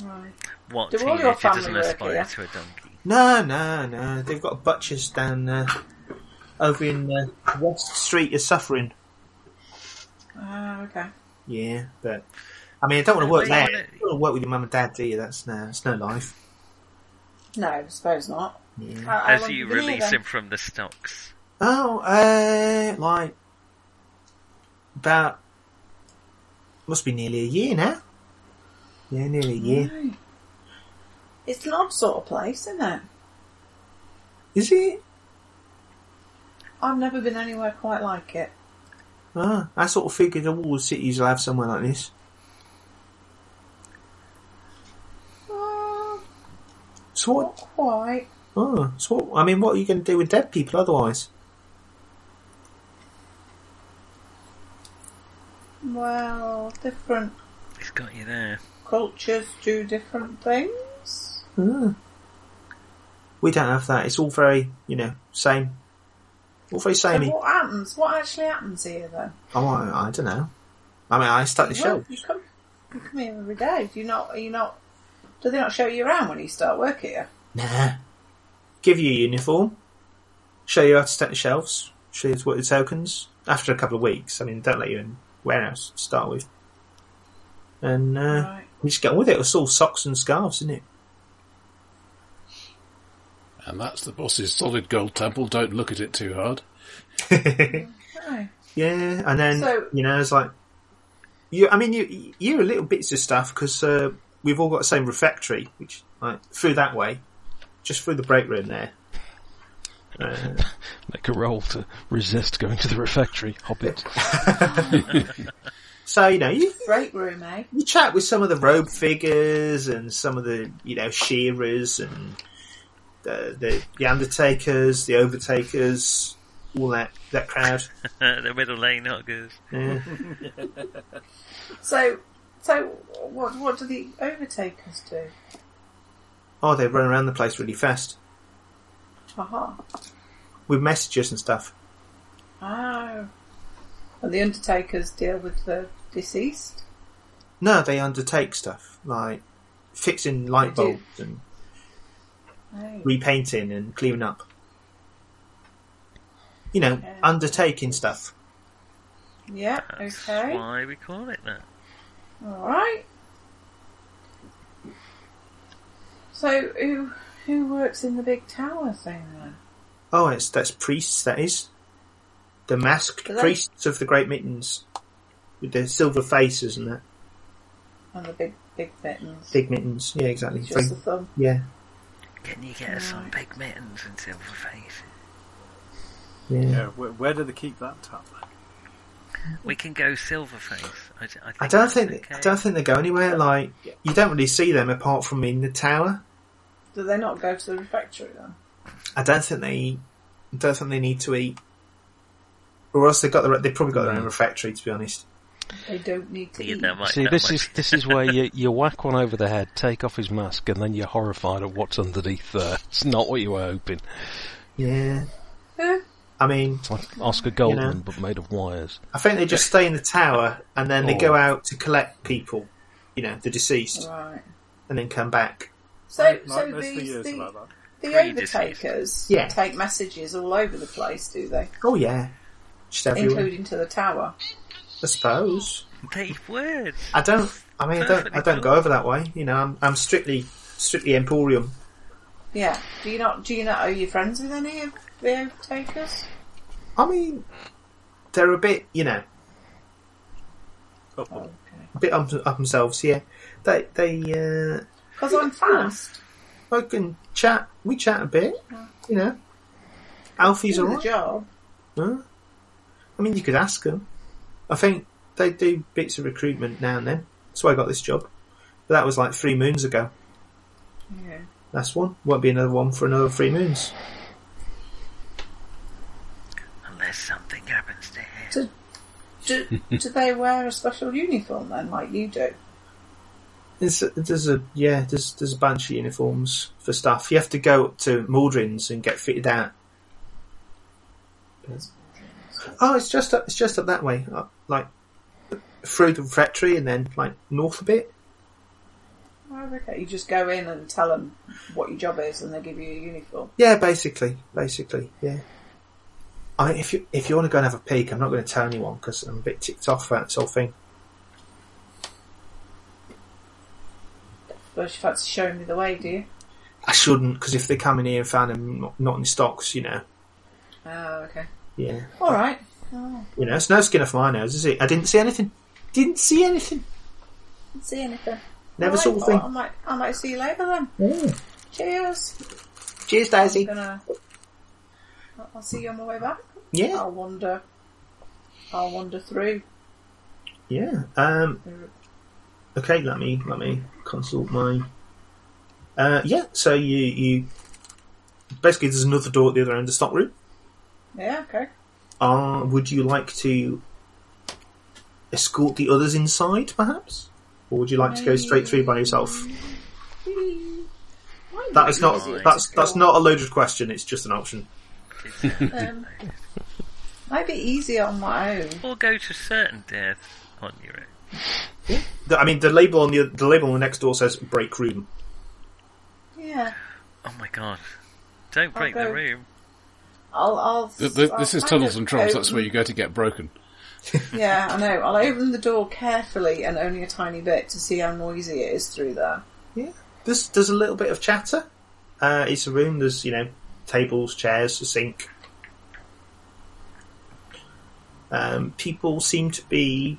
S9: Right.
S3: What
S9: Do all
S3: teenager
S9: your family
S3: doesn't
S9: work
S3: aspire
S9: here?
S3: to a donkey?
S2: no, no, no. They've got butchers down uh, over in uh, West Street. Are suffering.
S9: Ah, okay.
S2: Yeah, but I mean, I don't want to work
S3: Wait,
S2: there.
S3: wait.
S2: I don't want to work with your mum and dad, do you? That's no, it's no life.
S9: No, I suppose not.
S2: Yeah.
S9: How- how
S3: As
S9: long
S3: you
S9: have been here
S3: release
S9: then?
S3: him from the stocks.
S2: Oh, uh, like about must be nearly a year now. Yeah, nearly a
S3: Mm.
S2: year.
S9: Right. It's an odd sort of place, isn't it?
S2: Is it?
S9: I've never been anywhere quite like it.
S2: Ah, I sort of figured all the cities will have somewhere like this.
S9: Uh,
S2: It's So what?
S9: Why?
S2: Oh, so what, I mean, what are you going to do with dead people otherwise?
S9: Well, different
S3: He's got you there.
S9: cultures do different things.
S2: Ah. We don't have that. It's all very, you know, same. All very
S9: So
S2: samey.
S9: what happens? What actually happens here then?
S2: Oh, I, I don't know. I mean, I start the show.
S9: Well, you come, you come here every day. Do you not? Are you not? Do they not show you around when you start work here?
S2: Nah. Give you a uniform. Show you how to stack the shelves. Show you what the tokens. After a couple of weeks, I mean, don't let you in warehouse to start with. And uh,
S9: Right.
S2: you just get on with it. It's all socks and scarves, isn't it?
S6: And that's the boss's solid gold temple. Don't look at it too hard.
S9: No.
S2: Yeah, and then
S9: So-
S2: you know, it's like you. I mean, you you're little bits of stuff because uh, we've all got the same refectory, which like through that way, just through the break room there. Uh,
S8: Make a roll to resist going to the refectory, Hobbit.
S2: so you know, you
S9: Break room, eh?
S2: you chat with some of the robe figures and some of the you know shearers and the the, the undertakers, the overtakers, all that that crowd.
S3: the middle lane huggers.
S2: Yeah.
S9: So, so what? What do the overtakers do?
S2: Oh, they run around the place really fast
S9: Aha.
S2: with messages and stuff.
S9: Oh. And the undertakers deal with the deceased.
S2: No, they undertake stuff like fixing light
S9: They do.
S2: bulbs and
S9: Oh.
S2: repainting and cleaning up. You know,
S9: Yeah.
S2: undertaking stuff.
S9: Yeah.
S3: That's
S9: Uh, okay.
S3: why we call it that.
S9: All right. So who who works in the big tower thing then?
S2: Oh, it's that's priests. That is the masked
S9: Do they-
S2: priests of the Great Mittens with their silver faces and that
S9: And the big big mittens.
S2: big mittens. Yeah, exactly.
S9: Just the
S2: Very-
S9: thumb.
S2: yeah,
S3: Can you get us some big mittens and silver faces?
S2: yeah.
S5: Yeah, where, where do they keep that tap?
S3: We can go silver face. I, d- I think
S2: I don't
S3: that's
S2: think
S3: okay.
S2: I don't think they go anywhere. Like you don't really see them apart from in the tower.
S9: Do they not go to the refectory then?
S2: I don't think they eat. I don't think they need to eat. Or else they got their, they probably got their own refectory. To be honest,
S9: They don't need to
S3: You
S9: eat.
S3: don't like
S8: See,
S3: that
S8: this
S3: much.
S8: is this is where you, you whack one over the head, take off his mask, and then you're horrified at what's underneath there. It's not what you were hoping.
S2: yeah.
S9: Eh,
S2: I mean,
S8: It's like Oscar Goldman,
S2: You know.
S8: but made of wires.
S2: I think they just stay in the tower and then they go
S8: Oh.
S2: out to collect people, you know, the deceased,
S9: Right.
S2: and then come back.
S9: So
S5: Like,
S9: so
S5: most of the
S9: these
S5: years
S9: the,
S5: about that.
S9: the
S3: Pre-deceased.
S9: overtakers
S2: Yeah.
S9: take messages all over the place, do they?
S2: Oh yeah, just everywhere.
S9: Including to the tower.
S2: I suppose.
S3: Dave words.
S2: I don't. I mean, I don't. I don't go over that way. You know, I'm, I'm strictly strictly Emporium.
S9: Yeah. Do you not do you not are you friends with any of the overtakers?
S2: I mean, they're a bit, you know,
S5: Up on-
S9: Okay.
S2: a bit up, up themselves. Yeah, they they. Uh,
S9: Because I'm fast.
S2: I can chat. We chat a bit. You know, Alfie's
S9: Do the
S2: alright.
S9: job.
S2: Huh? I mean, you could ask them. I think they do bits of recruitment now and then. That's why I got this job. But that was like three moons ago.
S9: Yeah.
S2: That's one. Won't be another one for another three moons.
S3: Unless something happens to him.
S9: Do, do they wear a special uniform then, like you do?
S2: It's, there's a yeah. There's there's a bunch of uniforms for stuff. You have to go up to Maldrin's and get fitted out. Oh, it's just up. It's just up that way, up, like through the refectory and then like north a bit.
S9: Oh, okay. You just go in and tell them what your job is, and they give you a uniform.
S2: Yeah, basically, basically, yeah. I if you if you want to go and have a peek, I'm not going to tell anyone because I'm a bit ticked off about this whole thing.
S9: But you fancy showing me the way, do you?
S2: I shouldn't because if they come in here and found them not, not in stocks, you know,
S5: Ah,
S9: Oh, okay.
S2: yeah,
S9: All right. Oh.
S2: you know, it's no skin off my nose, is it? I didn't see anything. Didn't see anything.
S9: Didn't see anything.
S2: Never
S9: All
S2: saw a
S9: well,
S2: thing. Hmm.
S9: I might, I might see you later then. Cheers.
S2: Cheers,
S9: I'm
S2: Daisy.
S9: gonna. I'll- I'll see you on my way back.
S2: Yeah,
S9: I'll wander. I'll wander through.
S2: yeah. Um, okay, let me let me consult my Uh, yeah, so you, you basically there's another door at the other end of the stock room.
S9: Yeah, okay.
S2: Uh, would you like to escort the others inside, perhaps, or would you like to go straight through by yourself?
S9: Why
S2: That is
S9: not
S2: not
S9: easy to
S2: that's that's
S9: go?
S2: not a loaded question. It's just an option.
S9: Um, might be easier on my own.
S3: Or go to certain death on your own.
S2: The- I mean, the label on the the label on the next door says break room.
S9: Yeah,
S3: Oh my god. Don't break
S9: Okay.
S3: the room.
S9: I'll. I'll
S6: Th th
S9: I'll
S6: this is
S9: kind
S6: tunnels
S9: of
S6: and trolls. That's
S9: open-
S6: where you go to get broken.
S9: Yeah, I know. I'll open the door carefully and only a tiny bit to see how noisy it is through there.
S2: Yeah, there's there's a little bit of chatter. Uh, it's a room. There's you know tables, chairs, a sink. Um, people seem to be.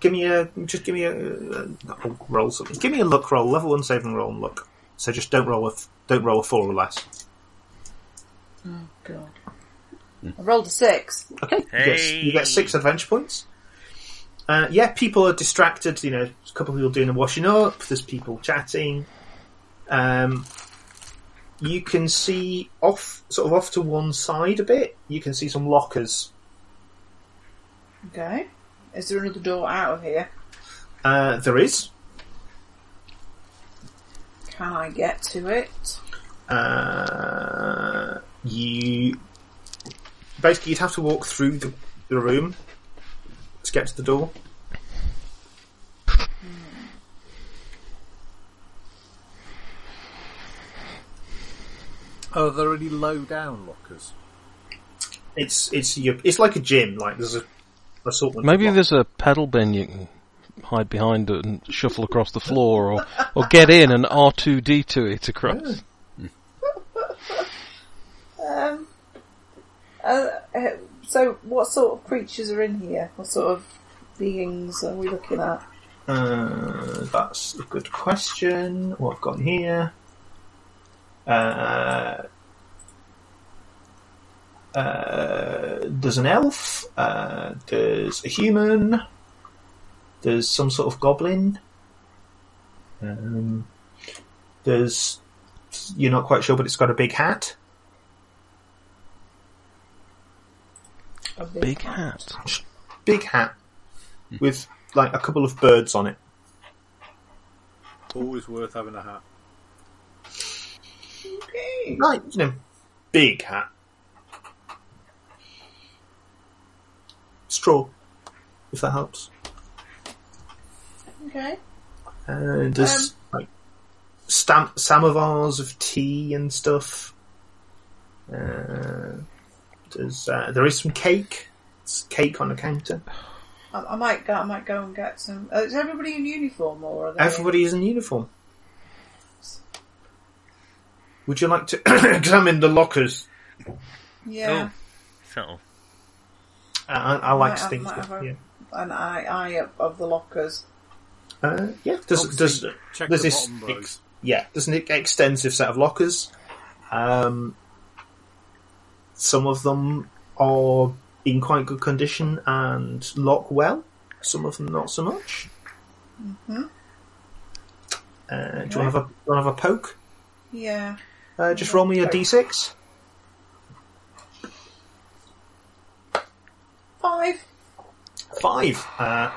S2: Give me a just give me a uh, oh, roll something. Give me a luck roll, level one saving roll and luck. So just don't roll a don't roll a four or less. Oh,
S9: God. I rolled a six.
S2: You get, you get six adventure points. Uh, yeah, people are distracted. You know, there's a couple of people doing the washing up. There's people chatting. Um, you can see off, sort of off to one side a bit. You can see some lockers.
S9: Okay. Is there another door out of here?
S2: Uh, there is.
S9: Can I get to it?
S2: Uh, you basically you'd have to walk through the, the room to get to the door.
S5: Oh, Are there any low down lockers?
S2: It's it's your, it's like a gym. Like there's a assortment. of
S8: Maybe
S2: lockers.
S8: there's a pedal bin you can hide behind it and shuffle across the floor, or or get in and R two D two it across.
S9: Um. Uh, uh, so, what sort of creatures are in here? What sort of beings are we looking at?
S2: Uh, that's a good question. What I've got here. Uh, uh, there's an elf. Uh, there's a human. There's some sort of goblin. Um, there's. You're not quite sure, but it's got a big hat.
S9: A big,
S8: Big hat.
S2: Big hat. With, like, a couple of birds on it.
S5: Always worth having a hat.
S9: Okay.
S2: Right, you know, big hat. Straw, if that helps.
S9: Okay.
S2: And there's
S9: Um,
S2: like stamp samovars of tea and stuff. Uh, there's uh, there is some cake. It's cake on the counter.
S9: I, I might go. I might go and get some. Uh, is everybody in uniform or are they?
S2: Everybody is in uniform. Would you like to examine the lockers?
S9: Yeah.
S3: Oh, Subtle.
S2: Uh, I, I like
S9: Might
S2: to
S9: have-
S2: think
S9: might
S2: that.
S9: have a-
S2: Yeah.
S9: An eye, eye of, of the lockers.
S2: Uh, yeah, there's,
S5: Obviously,
S2: there's,
S5: check
S2: there's
S5: the
S2: this
S5: bottom rows.
S2: ex- yeah, there's an extensive set of lockers. Um, some of them are in quite good condition and lock well. Some of them not so much. Uh, do you want to have a do you want to have a poke?
S9: Yeah.
S2: Uh, just roll me a d6.
S9: Five.
S2: Five. Uh,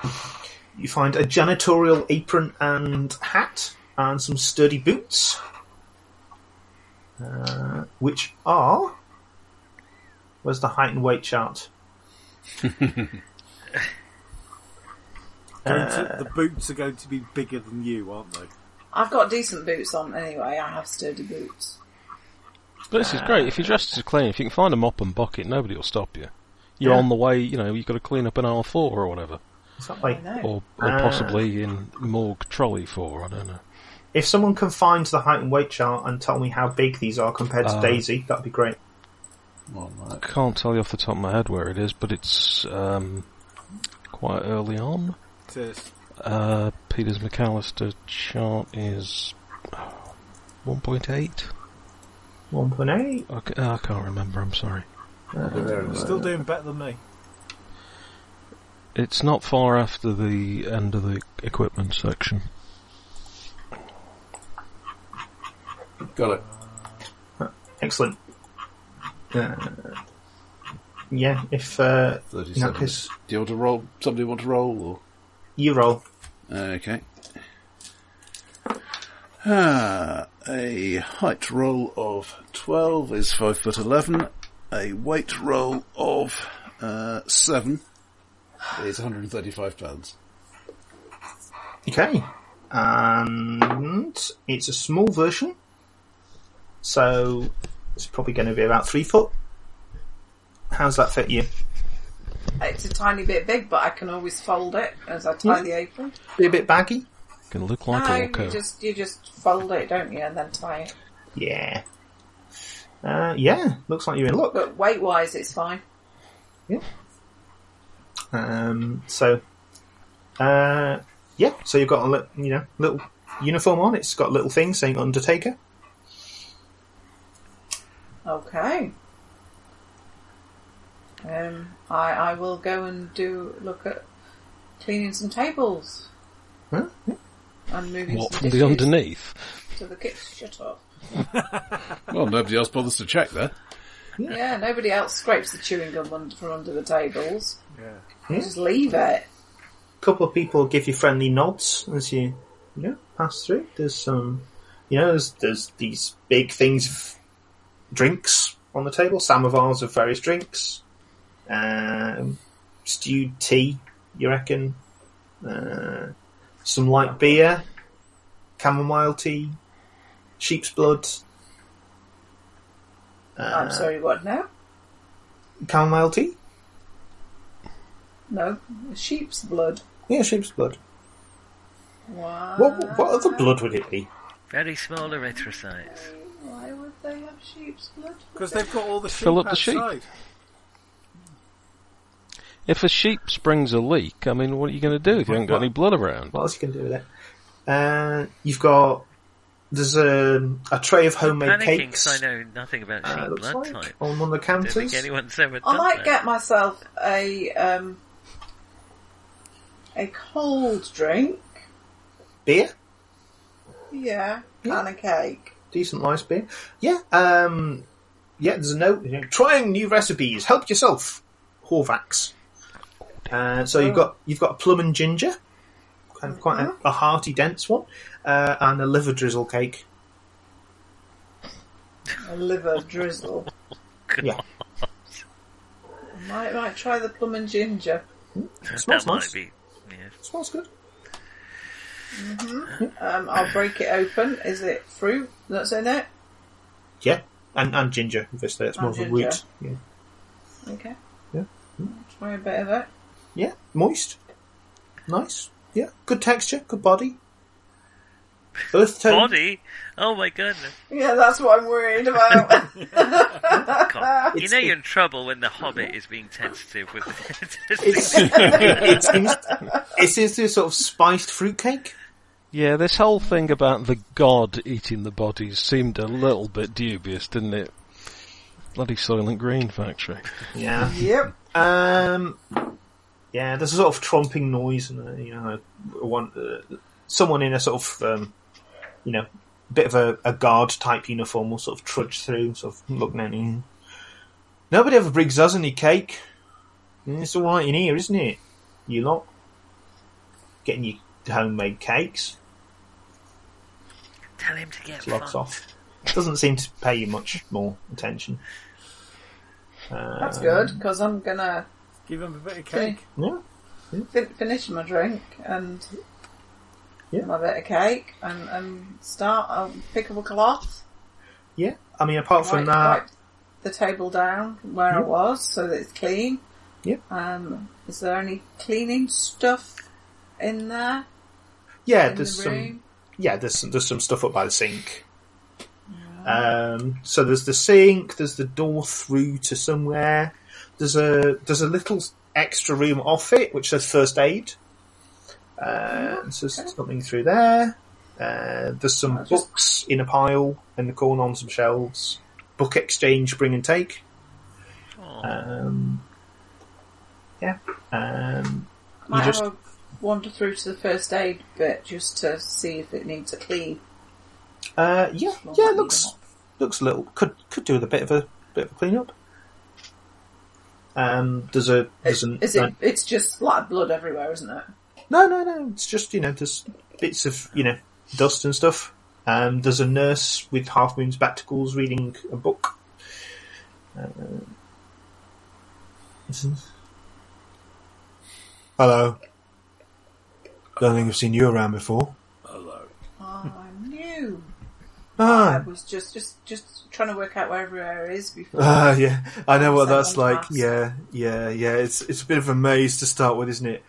S2: you find a janitorial apron and hat, and some sturdy boots, uh, which are. Where's the height and weight chart?
S5: Going to- the boots are going to be bigger than you, aren't they?
S9: I've got decent boots on anyway. I have sturdy boots.
S8: But this is great. If you're dressed as a clean, if you can find a mop and bucket, nobody will stop you. You're
S2: Yeah.
S8: on the way. You know you've got to clean up an aisle four or whatever,
S2: Exactly.
S9: I know.
S8: or, or
S2: Ah.
S8: possibly in morgue trolley four. I don't know.
S2: If someone can find the height and weight chart and tell me how big these are compared to
S8: Uh,
S2: Daisy, that'd be great.
S8: I can't tell you off the top of my head where it is, but it's um, quite early on.
S5: It is.
S8: Uh, Peter's McAllister chart is 1.8.
S2: 1.8.
S8: I, c- I can't remember, I'm sorry.
S5: Still doing better than me.
S8: It's not far after the end of the equipment section.
S4: Got it.
S2: Excellent. Uh, yeah, if uh, in that
S6: 37.
S2: case,
S6: Do you want to roll? Somebody want to roll?
S2: you roll.
S6: Or okay. Ah, a height roll of twelve is five foot eleven. A weight roll of uh, seven is one hundred and thirty-five pounds.
S2: Okay. And it's a small version. So it's probably going to be about three foot. How's that fit you?
S9: It's a tiny bit big, but I can always fold it as I tie the apron.
S2: Be a bit baggy?
S8: Can look like a
S9: no, you
S8: locker.
S9: just you just fold it, don't you, and then tie it.
S2: Yeah. Uh, yeah, looks like you're in luck.
S9: But weight wise, it's fine.
S2: Um, so, uh, yeah, so you've got a li- you know little uniform on. It's got a little thing saying Undertaker.
S9: Okay. Um, I I will go and do look at cleaning some tables
S2: Huh?
S9: and moving
S8: What
S9: some
S8: from the
S9: dishes
S8: underneath?
S9: to the kitchen. Shut up.
S6: Well, nobody else bothers to check there.
S9: Yeah, nobody else scrapes the chewing gum under, from under the tables.
S5: Yeah.
S9: You Just leave it.
S2: couple of people give you friendly nods as you, you know, pass through. There's some, you know, there's, there's these big things of drinks on the table, samovars of various drinks, um, stewed tea, you reckon, uh, some light beer, chamomile tea, sheep's blood,
S9: I'm sorry, what now?
S2: chamomile tea?
S9: No, sheep's blood.
S2: Yeah, sheep's blood.
S9: Why?
S2: What, what other blood would it be?
S3: Very small erythrocytes.
S9: Why would they have sheep's blood?
S5: Because they've got all the sheep
S8: Fill up the sheep.
S5: outside.
S8: If a sheep springs a leak, I mean, what are you going to do if you haven't got any blood around?
S2: What else you can do with it? Uh, you've got there's a, a tray of homemade
S3: Panicking 'cause
S2: cakes.
S3: I know nothing about
S2: uh,
S3: sheep
S2: looks
S3: blood
S2: like,
S3: type.
S2: on one of the
S3: Don't think
S2: counters.
S3: anyone's ever
S9: I
S3: done
S9: might
S3: that.
S9: get myself a um, a cold drink.
S2: Beer,
S9: Yeah,
S2: Yeah.
S9: and a cake.
S2: decent nice beer. Yeah, um, yeah. There's a note. you know, Trying new recipes. Help yourself. Horvax. Uh, so
S3: Oh.
S2: you've got you've got a plum and ginger, kind of quite a,
S3: Mm-hmm.
S2: a hearty, dense one, uh, and a liver drizzle cake.
S9: A liver drizzle.
S2: Yeah,
S9: Might might try the plum and ginger.
S2: smells
S3: that might
S2: nice.
S3: be. Yeah.
S2: smells good.
S9: Um, I'll break it open. Is it fruit that's in it?
S2: Yeah, and and ginger. Obviously, it's more
S9: And
S2: of a
S9: ginger.
S2: root. Yeah.
S9: Okay.
S2: Yeah.
S9: Try a bit of it.
S2: Yeah, moist. Nice. Yeah, good texture, good body. Earth tone.
S3: Body? Oh my goodness.
S9: Yeah, that's what I'm worried about. Uh,
S3: God. You
S2: It's-
S3: know
S2: it-
S3: you're in trouble when the hobbit is being tentative with the
S2: It's, it seems it seems to be a sort of spiced fruitcake.
S8: Yeah, this whole thing about the god eating the bodies seemed a little bit dubious, didn't it? Bloody Silent Green Factory.
S2: Yeah.
S9: yep.
S2: Um. Yeah, there's a sort of tromping noise, and uh, you know, one uh, someone in a sort of um, you know, bit of a, a guard type uniform will sort of trudge through, sort of looking at you. Nobody ever brings us any cake. It's all right in here, isn't it? You lot getting your homemade cakes.
S3: Tell him to get
S2: Logs
S3: fucked.
S2: off. Doesn't seem to pay you much more attention.
S9: That's good because I'm gonna
S5: Give them a bit of cake.
S2: Yeah.
S9: fin- finish my drink and
S2: Yeah.
S9: my bit of cake and, and start. I'll pick up a cloth,
S2: Yeah. I mean, apart from
S9: wipe,
S2: that,
S9: wipe the table down where it was so that it's clean.
S2: Yeah.
S9: Um, is there any cleaning stuff in there?
S2: yeah,
S9: in
S2: there's
S9: the
S2: some.
S9: room?
S2: yeah, there's some, there's some stuff up by the sink. Um, so there's the sink, there's the door through to somewhere. There's a there's a little extra room off it which says first aid. Uh, so there's something through there. Uh, there's some
S9: I'll just-
S2: books in a pile in the corner on some shelves. Book exchange, bring and take. Um, yeah. Um,
S9: Might
S2: just-
S9: have a wander through to the first aid bit just to see if it needs a clean.
S2: Uh, yeah, yeah, looks looks a little could could do with a bit of a bit of a clean up. Um, there's a there's an,
S9: Is it? It's just like blood everywhere, isn't it?
S2: no no no. It's just you know there's bits of you know dust and stuff. Um, there's a nurse with half moon spectacles reading a book. Uh,
S10: Hello. Don't think I've seen you around before.
S9: Oh, I knew. I
S10: Ah,
S9: was just just just trying to work out where everywhere is before.
S10: ah, yeah. I know what
S9: Someone
S10: that's like.
S9: passed.
S10: Yeah, yeah, yeah. It's it's a bit of a maze to start with, isn't it?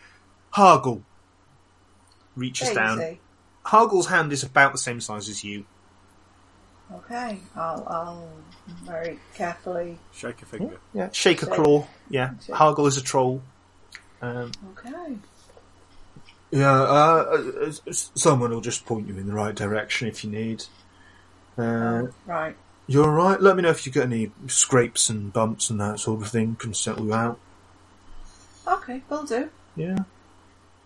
S10: Hargle.
S2: reaches
S9: There you
S2: down.
S9: see.
S2: Hargle's hand is about the same size as you.
S9: Okay, I'll I'll very carefully.
S5: Shake a finger.
S2: Yeah, shake a
S9: Shake.
S2: claw. Yeah,
S9: Shake.
S2: Hargle is a troll. Um,
S9: Okay.
S10: Yeah, uh, uh, uh, s- someone will just point you in the right direction if you need. Uh,
S9: Right.
S10: you're alright? Let me know if you get any scrapes and bumps and that sort of thing. Can settle you out.
S9: Okay, will do.
S2: yeah.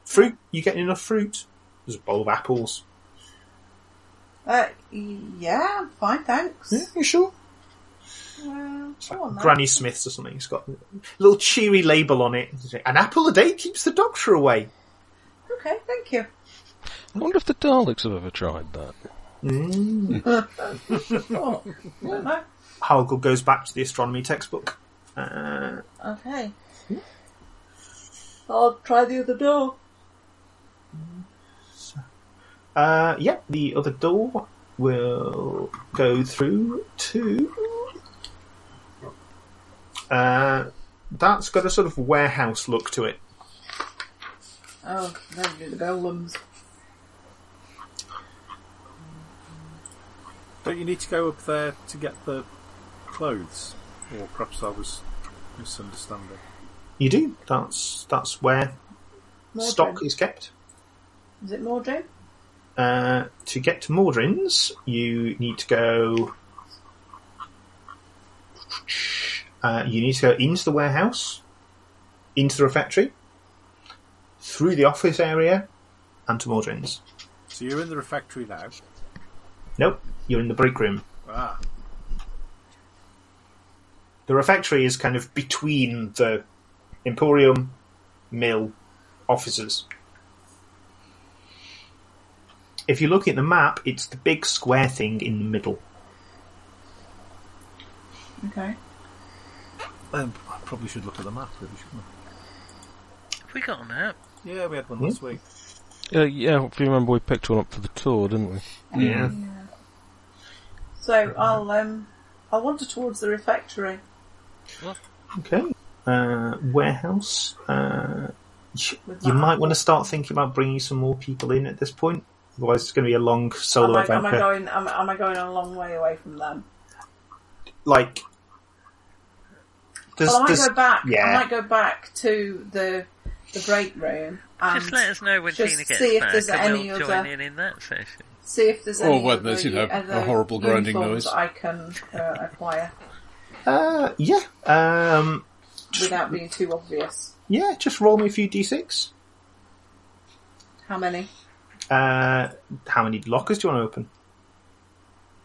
S2: Fruit? You getting enough fruit? There's a bowl of apples.
S9: Uh, yeah, I'm fine, thanks. Uh,
S2: Yeah, you sure?
S9: Well, go on, then.
S2: Granny Smith's or something. It's got a little cheery label on it. An apple a day keeps the doctor away.
S9: Okay, thank you.
S8: I wonder if the Daleks have ever tried that.
S9: Oh, I don't know.
S2: Hargle goes back to the astronomy textbook. Uh,
S9: Okay. I'll try the other door.
S2: uh, yeah, the other door will go through to. Uh, that's got a sort of warehouse look to it.
S9: Oh, there you do the golems.
S5: Don't you need to go up there to get the clothes? Or perhaps I was misunderstanding.
S2: You do. That's that's where
S9: Mordrin.
S2: stock is kept.
S9: Is it Mordrin?
S2: Uh, to get to Mordrin's, you need to go. Uh, you need to go into the warehouse, into the refectory, through the office area, and to Mordrin's.
S5: So you're in the refectory now.
S2: Nope, you're in the break room.
S5: Ah,
S2: The refectory is kind of between the Emporium, Mill, offices. If you look at the map, it's the big square thing in the middle.
S9: Okay.
S5: um, I probably should look at the map, really, shouldn't
S3: Have we got a map?
S5: I? Yeah, we had one last week.
S8: Uh, yeah, if you remember, we picked one up for the tour, didn't we?
S2: Yeah.
S9: Um, So I'll um, I'll wander towards the refectory.
S2: Okay. Uh, warehouse. Uh, you
S9: With
S2: you
S9: my
S2: might want to start thinking about bringing some more people in at this point. Otherwise, it's going to be a long
S9: Am
S2: solo
S9: I, am I
S2: adventure.
S9: going? Am, I- am I going a long way away from them?
S2: Like, there's,
S9: Well, Oh, I might
S2: there's-
S9: go back. I
S2: yeah.
S9: might go back to the the break room and
S3: Just let us know when
S9: just
S3: Tina gets
S9: see if
S3: back,
S9: there's
S3: and
S9: any
S3: we'll join
S9: other-
S3: in in that session.
S9: see if there's
S6: Or
S9: any
S6: whether
S9: other-
S6: there's, you know,
S9: other
S6: a horrible grinding
S9: uniforms
S6: noise.
S9: I can uh, acquire
S2: Uh, yeah. Um,
S9: without being too obvious.
S2: yeah, just roll me a few d6.
S9: How many?
S2: Uh, how many lockers do you want to open?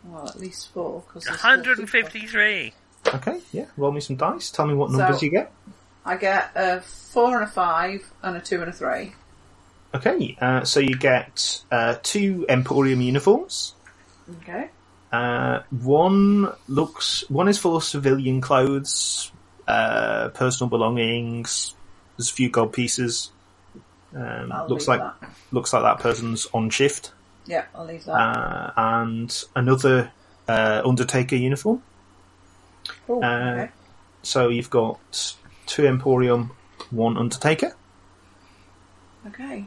S9: Well, at least four. Cause there's four people.
S3: 153.
S2: Okay, yeah. Roll me some dice. Tell me what numbers
S9: So-
S2: you get.
S9: I get a four and a five and a two and a three.
S2: Okay, uh, so you get uh, two Emporium uniforms.
S9: Okay.
S2: Uh, one looks. One is for civilian clothes, uh, personal belongings. There's a few gold pieces. Um,
S9: I'll
S2: looks
S9: leave
S2: like
S9: that.
S2: looks like that person's on shift,
S9: Yeah, I'll leave that.
S2: uh, and another uh, undertaker uniform.
S9: Ooh,
S2: uh,
S9: okay.
S2: So you've got two Emporium, one Undertaker.
S9: Okay.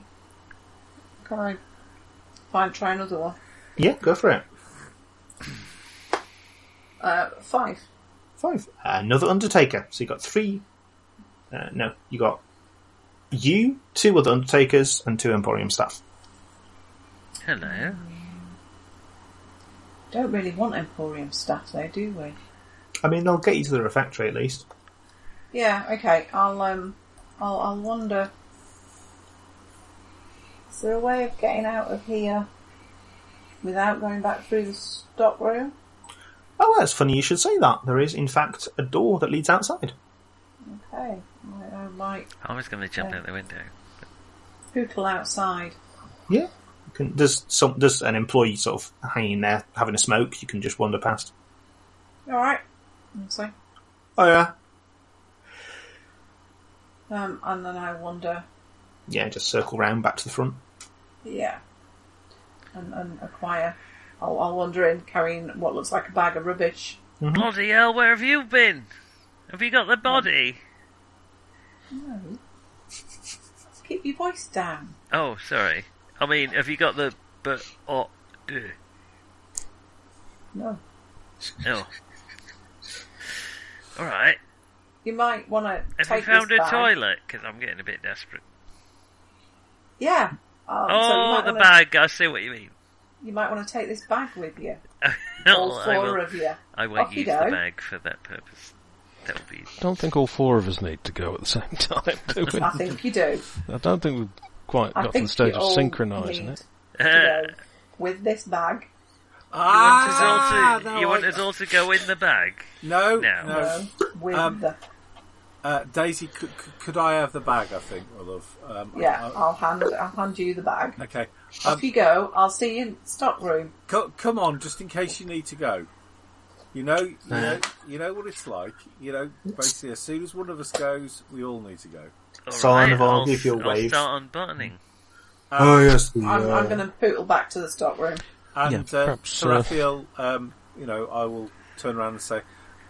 S9: Can I find try another one?
S2: Yeah, go for it.
S9: Uh, five.
S2: Five. Another Undertaker. So you got three. Uh, no, you got you, two other Undertakers, and two Emporium staff.
S3: Hello.
S9: Mm-hmm. Don't really want Emporium staff though, do we?
S2: I mean, they'll get you to the refectory at least.
S9: Yeah, okay. I'll um, I'll I'll wander. Is there a way of getting out of here without going back through the stock room.
S2: Oh, that's funny you should say that. There is, in fact, a door that leads outside.
S9: Okay, I, I might
S3: I was going to jump out the window.
S9: poodle outside.
S2: Yeah. You can, there's some. There's an employee sort of hanging there having a smoke. You can just wander past.
S9: All right. And So,
S2: Oh yeah.
S9: um, and then I wander,
S2: Yeah, just circle round back to the front.
S9: yeah, and, and acquire. I'll, I'll wander in carrying what looks like a bag of rubbish.
S3: Bloody hell, where have you been? Have you got the body?
S9: Keep your voice down.
S3: Oh, sorry. I mean, have you got the but or uh, do?
S9: No,
S3: No. oh. All right.
S9: you might want to
S3: Have you
S9: take
S3: found a
S9: this bag.
S3: toilet? Because I'm getting a bit desperate.
S9: Yeah. Um, so you
S3: oh,
S9: might
S3: the
S9: wanna,
S3: bag. I see what you mean.
S9: You might want to take this bag with you.
S3: Oh,
S9: All
S3: I
S9: four
S3: will.
S9: of you.
S3: I won't
S9: Off you
S3: use the
S9: go.
S3: bag for that purpose. That would be.
S8: Don't think all four of us need to go at the same time, do we?
S9: I think you do.
S8: I don't think we've quite
S9: I
S8: got to
S9: think
S8: the stage
S9: you
S8: of eh?
S9: all
S8: synchronising
S9: need
S8: it.
S9: to go with this bag.
S5: Ah,
S3: you want us all
S8: Ah,
S3: to,
S5: no,
S3: you want
S5: I-
S3: us all to go in the bag?
S5: No,
S3: No.
S5: no.
S9: No, with
S5: Um,
S9: the
S5: Uh, Daisy, could, could- could I have the bag? I think, my love. Um,
S9: yeah.
S5: I- I-
S9: I'll hand I'll hand you the bag.
S5: okay. Um,
S9: Off you go. I'll see you in stock room.
S5: Co- come on, just in case you need to go. You know, you know, you know what it's like. You know, basically, as soon as one of us goes, we all need to go.
S3: All
S2: Someone will
S3: I'll,
S2: give you a
S3: I'll
S2: wave.
S3: start unbuttoning.
S2: Um,
S10: oh yes, the,
S9: I'm, I'm
S10: uh,
S9: going to poodle back to the stock room.
S5: And
S8: Yeah,
S5: uh,
S8: perhaps,
S5: to
S8: uh,
S5: Raphael, um, you know, I will turn around and say,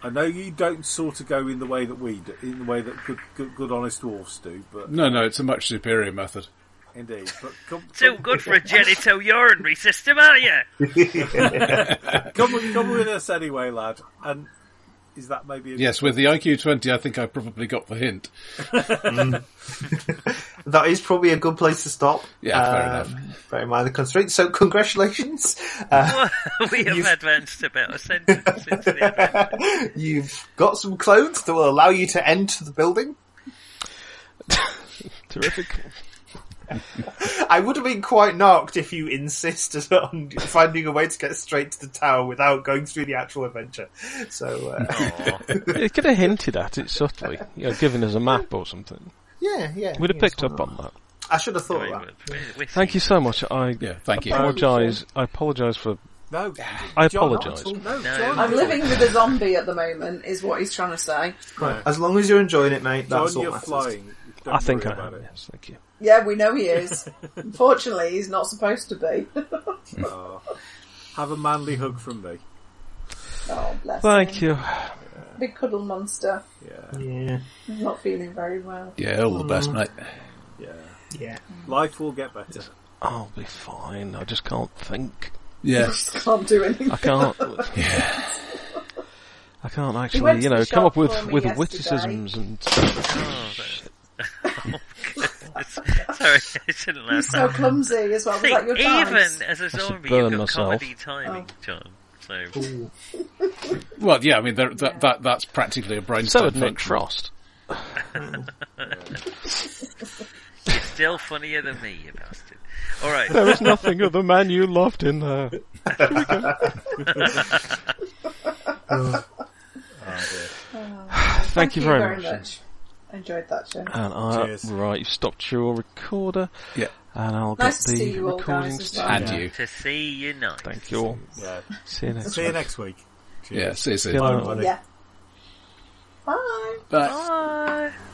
S5: I know you don't sort of go in the way that we do, in the way that good, good, good honest dwarfs do, but
S8: Mm.
S6: No, no, it's a much superior method.
S5: indeed, but come,
S3: Too good for a genitourinary system, are you?
S5: come, with- come with us anyway, lad. And is that maybe? A,
S6: Yes, with the IQ 20, I think I probably got the hint.
S2: That is probably a good place to stop.
S6: Yeah, fair
S2: Um,
S6: enough.
S2: Bear in mind the constraints. So, congratulations. Uh,
S3: we have advanced about a sentence into the event.
S2: you've got some clothes that will allow you to enter the building.
S8: Terrific.
S2: I would have been quite knocked if you insisted on finding a way to get straight to the tower without going through the actual adventure. So, uh,
S8: you could have hinted at it subtly, you know, giving us a map or something.
S2: yeah, yeah.
S8: We'd have
S2: yeah,
S8: picked
S2: something
S8: up
S2: like
S8: on that.
S2: that. I should have thought
S3: We-
S2: of that.
S3: we- we
S8: Thank you
S3: see.
S8: so much. I
S6: Yeah, thank you.
S8: apologise. I apologise for.
S5: no,
S8: I
S5: John, not at
S8: apologise.
S5: all. No,
S3: No.
S5: John,
S9: I'm living with a zombie at the moment, is what he's trying to say.
S2: Right. As long as you're enjoying it, mate,
S5: John,
S2: that's all
S5: you're
S2: matters.
S5: flying. Don't
S8: I think
S5: worry
S8: I
S5: about
S8: have.
S5: it.
S8: Yes, thank you.
S9: Yeah, we know he is. Unfortunately, he's not supposed to be.
S5: Have a manly hug from me.
S9: oh, bless
S8: Thank
S9: him.
S8: you.
S9: Big cuddle monster.
S5: Yeah,
S2: Yeah,
S9: He's not feeling very well.
S6: Yeah, all the best, mate.
S5: yeah.
S2: yeah.
S5: Life will get better.
S8: I'll be fine. I just can't think.
S6: Yeah.
S9: Just can't do anything.
S8: I can't. I can't
S9: went
S8: actually,
S9: to
S8: you know,
S9: the
S8: come
S9: shop
S8: up with
S9: for me
S8: with
S9: yesterday.
S8: witticisms and.
S3: Oh, that- oh, Sorry, I shouldn't laugh.
S9: He's so clumsy as well. Was
S3: See,
S9: that your Oh.
S3: even
S9: dice?
S3: as a zombie,
S8: burn
S3: you've got
S8: myself.
S3: comedy timing, John. So
S6: Well, yeah, I mean, there, that, that that's practically a brainstorm
S8: So had Nick
S6: function.
S8: Frost.
S3: still funnier than me, you bastard. All right.
S8: There was nothing of the man you loved in there. Thank you very much. Uh,
S9: Enjoyed that show.
S8: And I,
S5: Cheers.
S8: right, you've stopped your recorder,
S6: Yeah,
S8: and I'll
S9: Nice
S8: get
S9: to
S8: the
S9: see you all
S8: recording
S9: guys as
S8: st-
S9: well.
S6: and you.
S3: To see you night.
S8: Thank you all.
S5: Yeah.
S8: See you next
S5: See you
S8: week.
S5: next week.
S6: Yeah, see you soon.
S8: Good night.
S5: Bye.
S9: Yeah. Bye.
S6: Bye.
S3: Bye.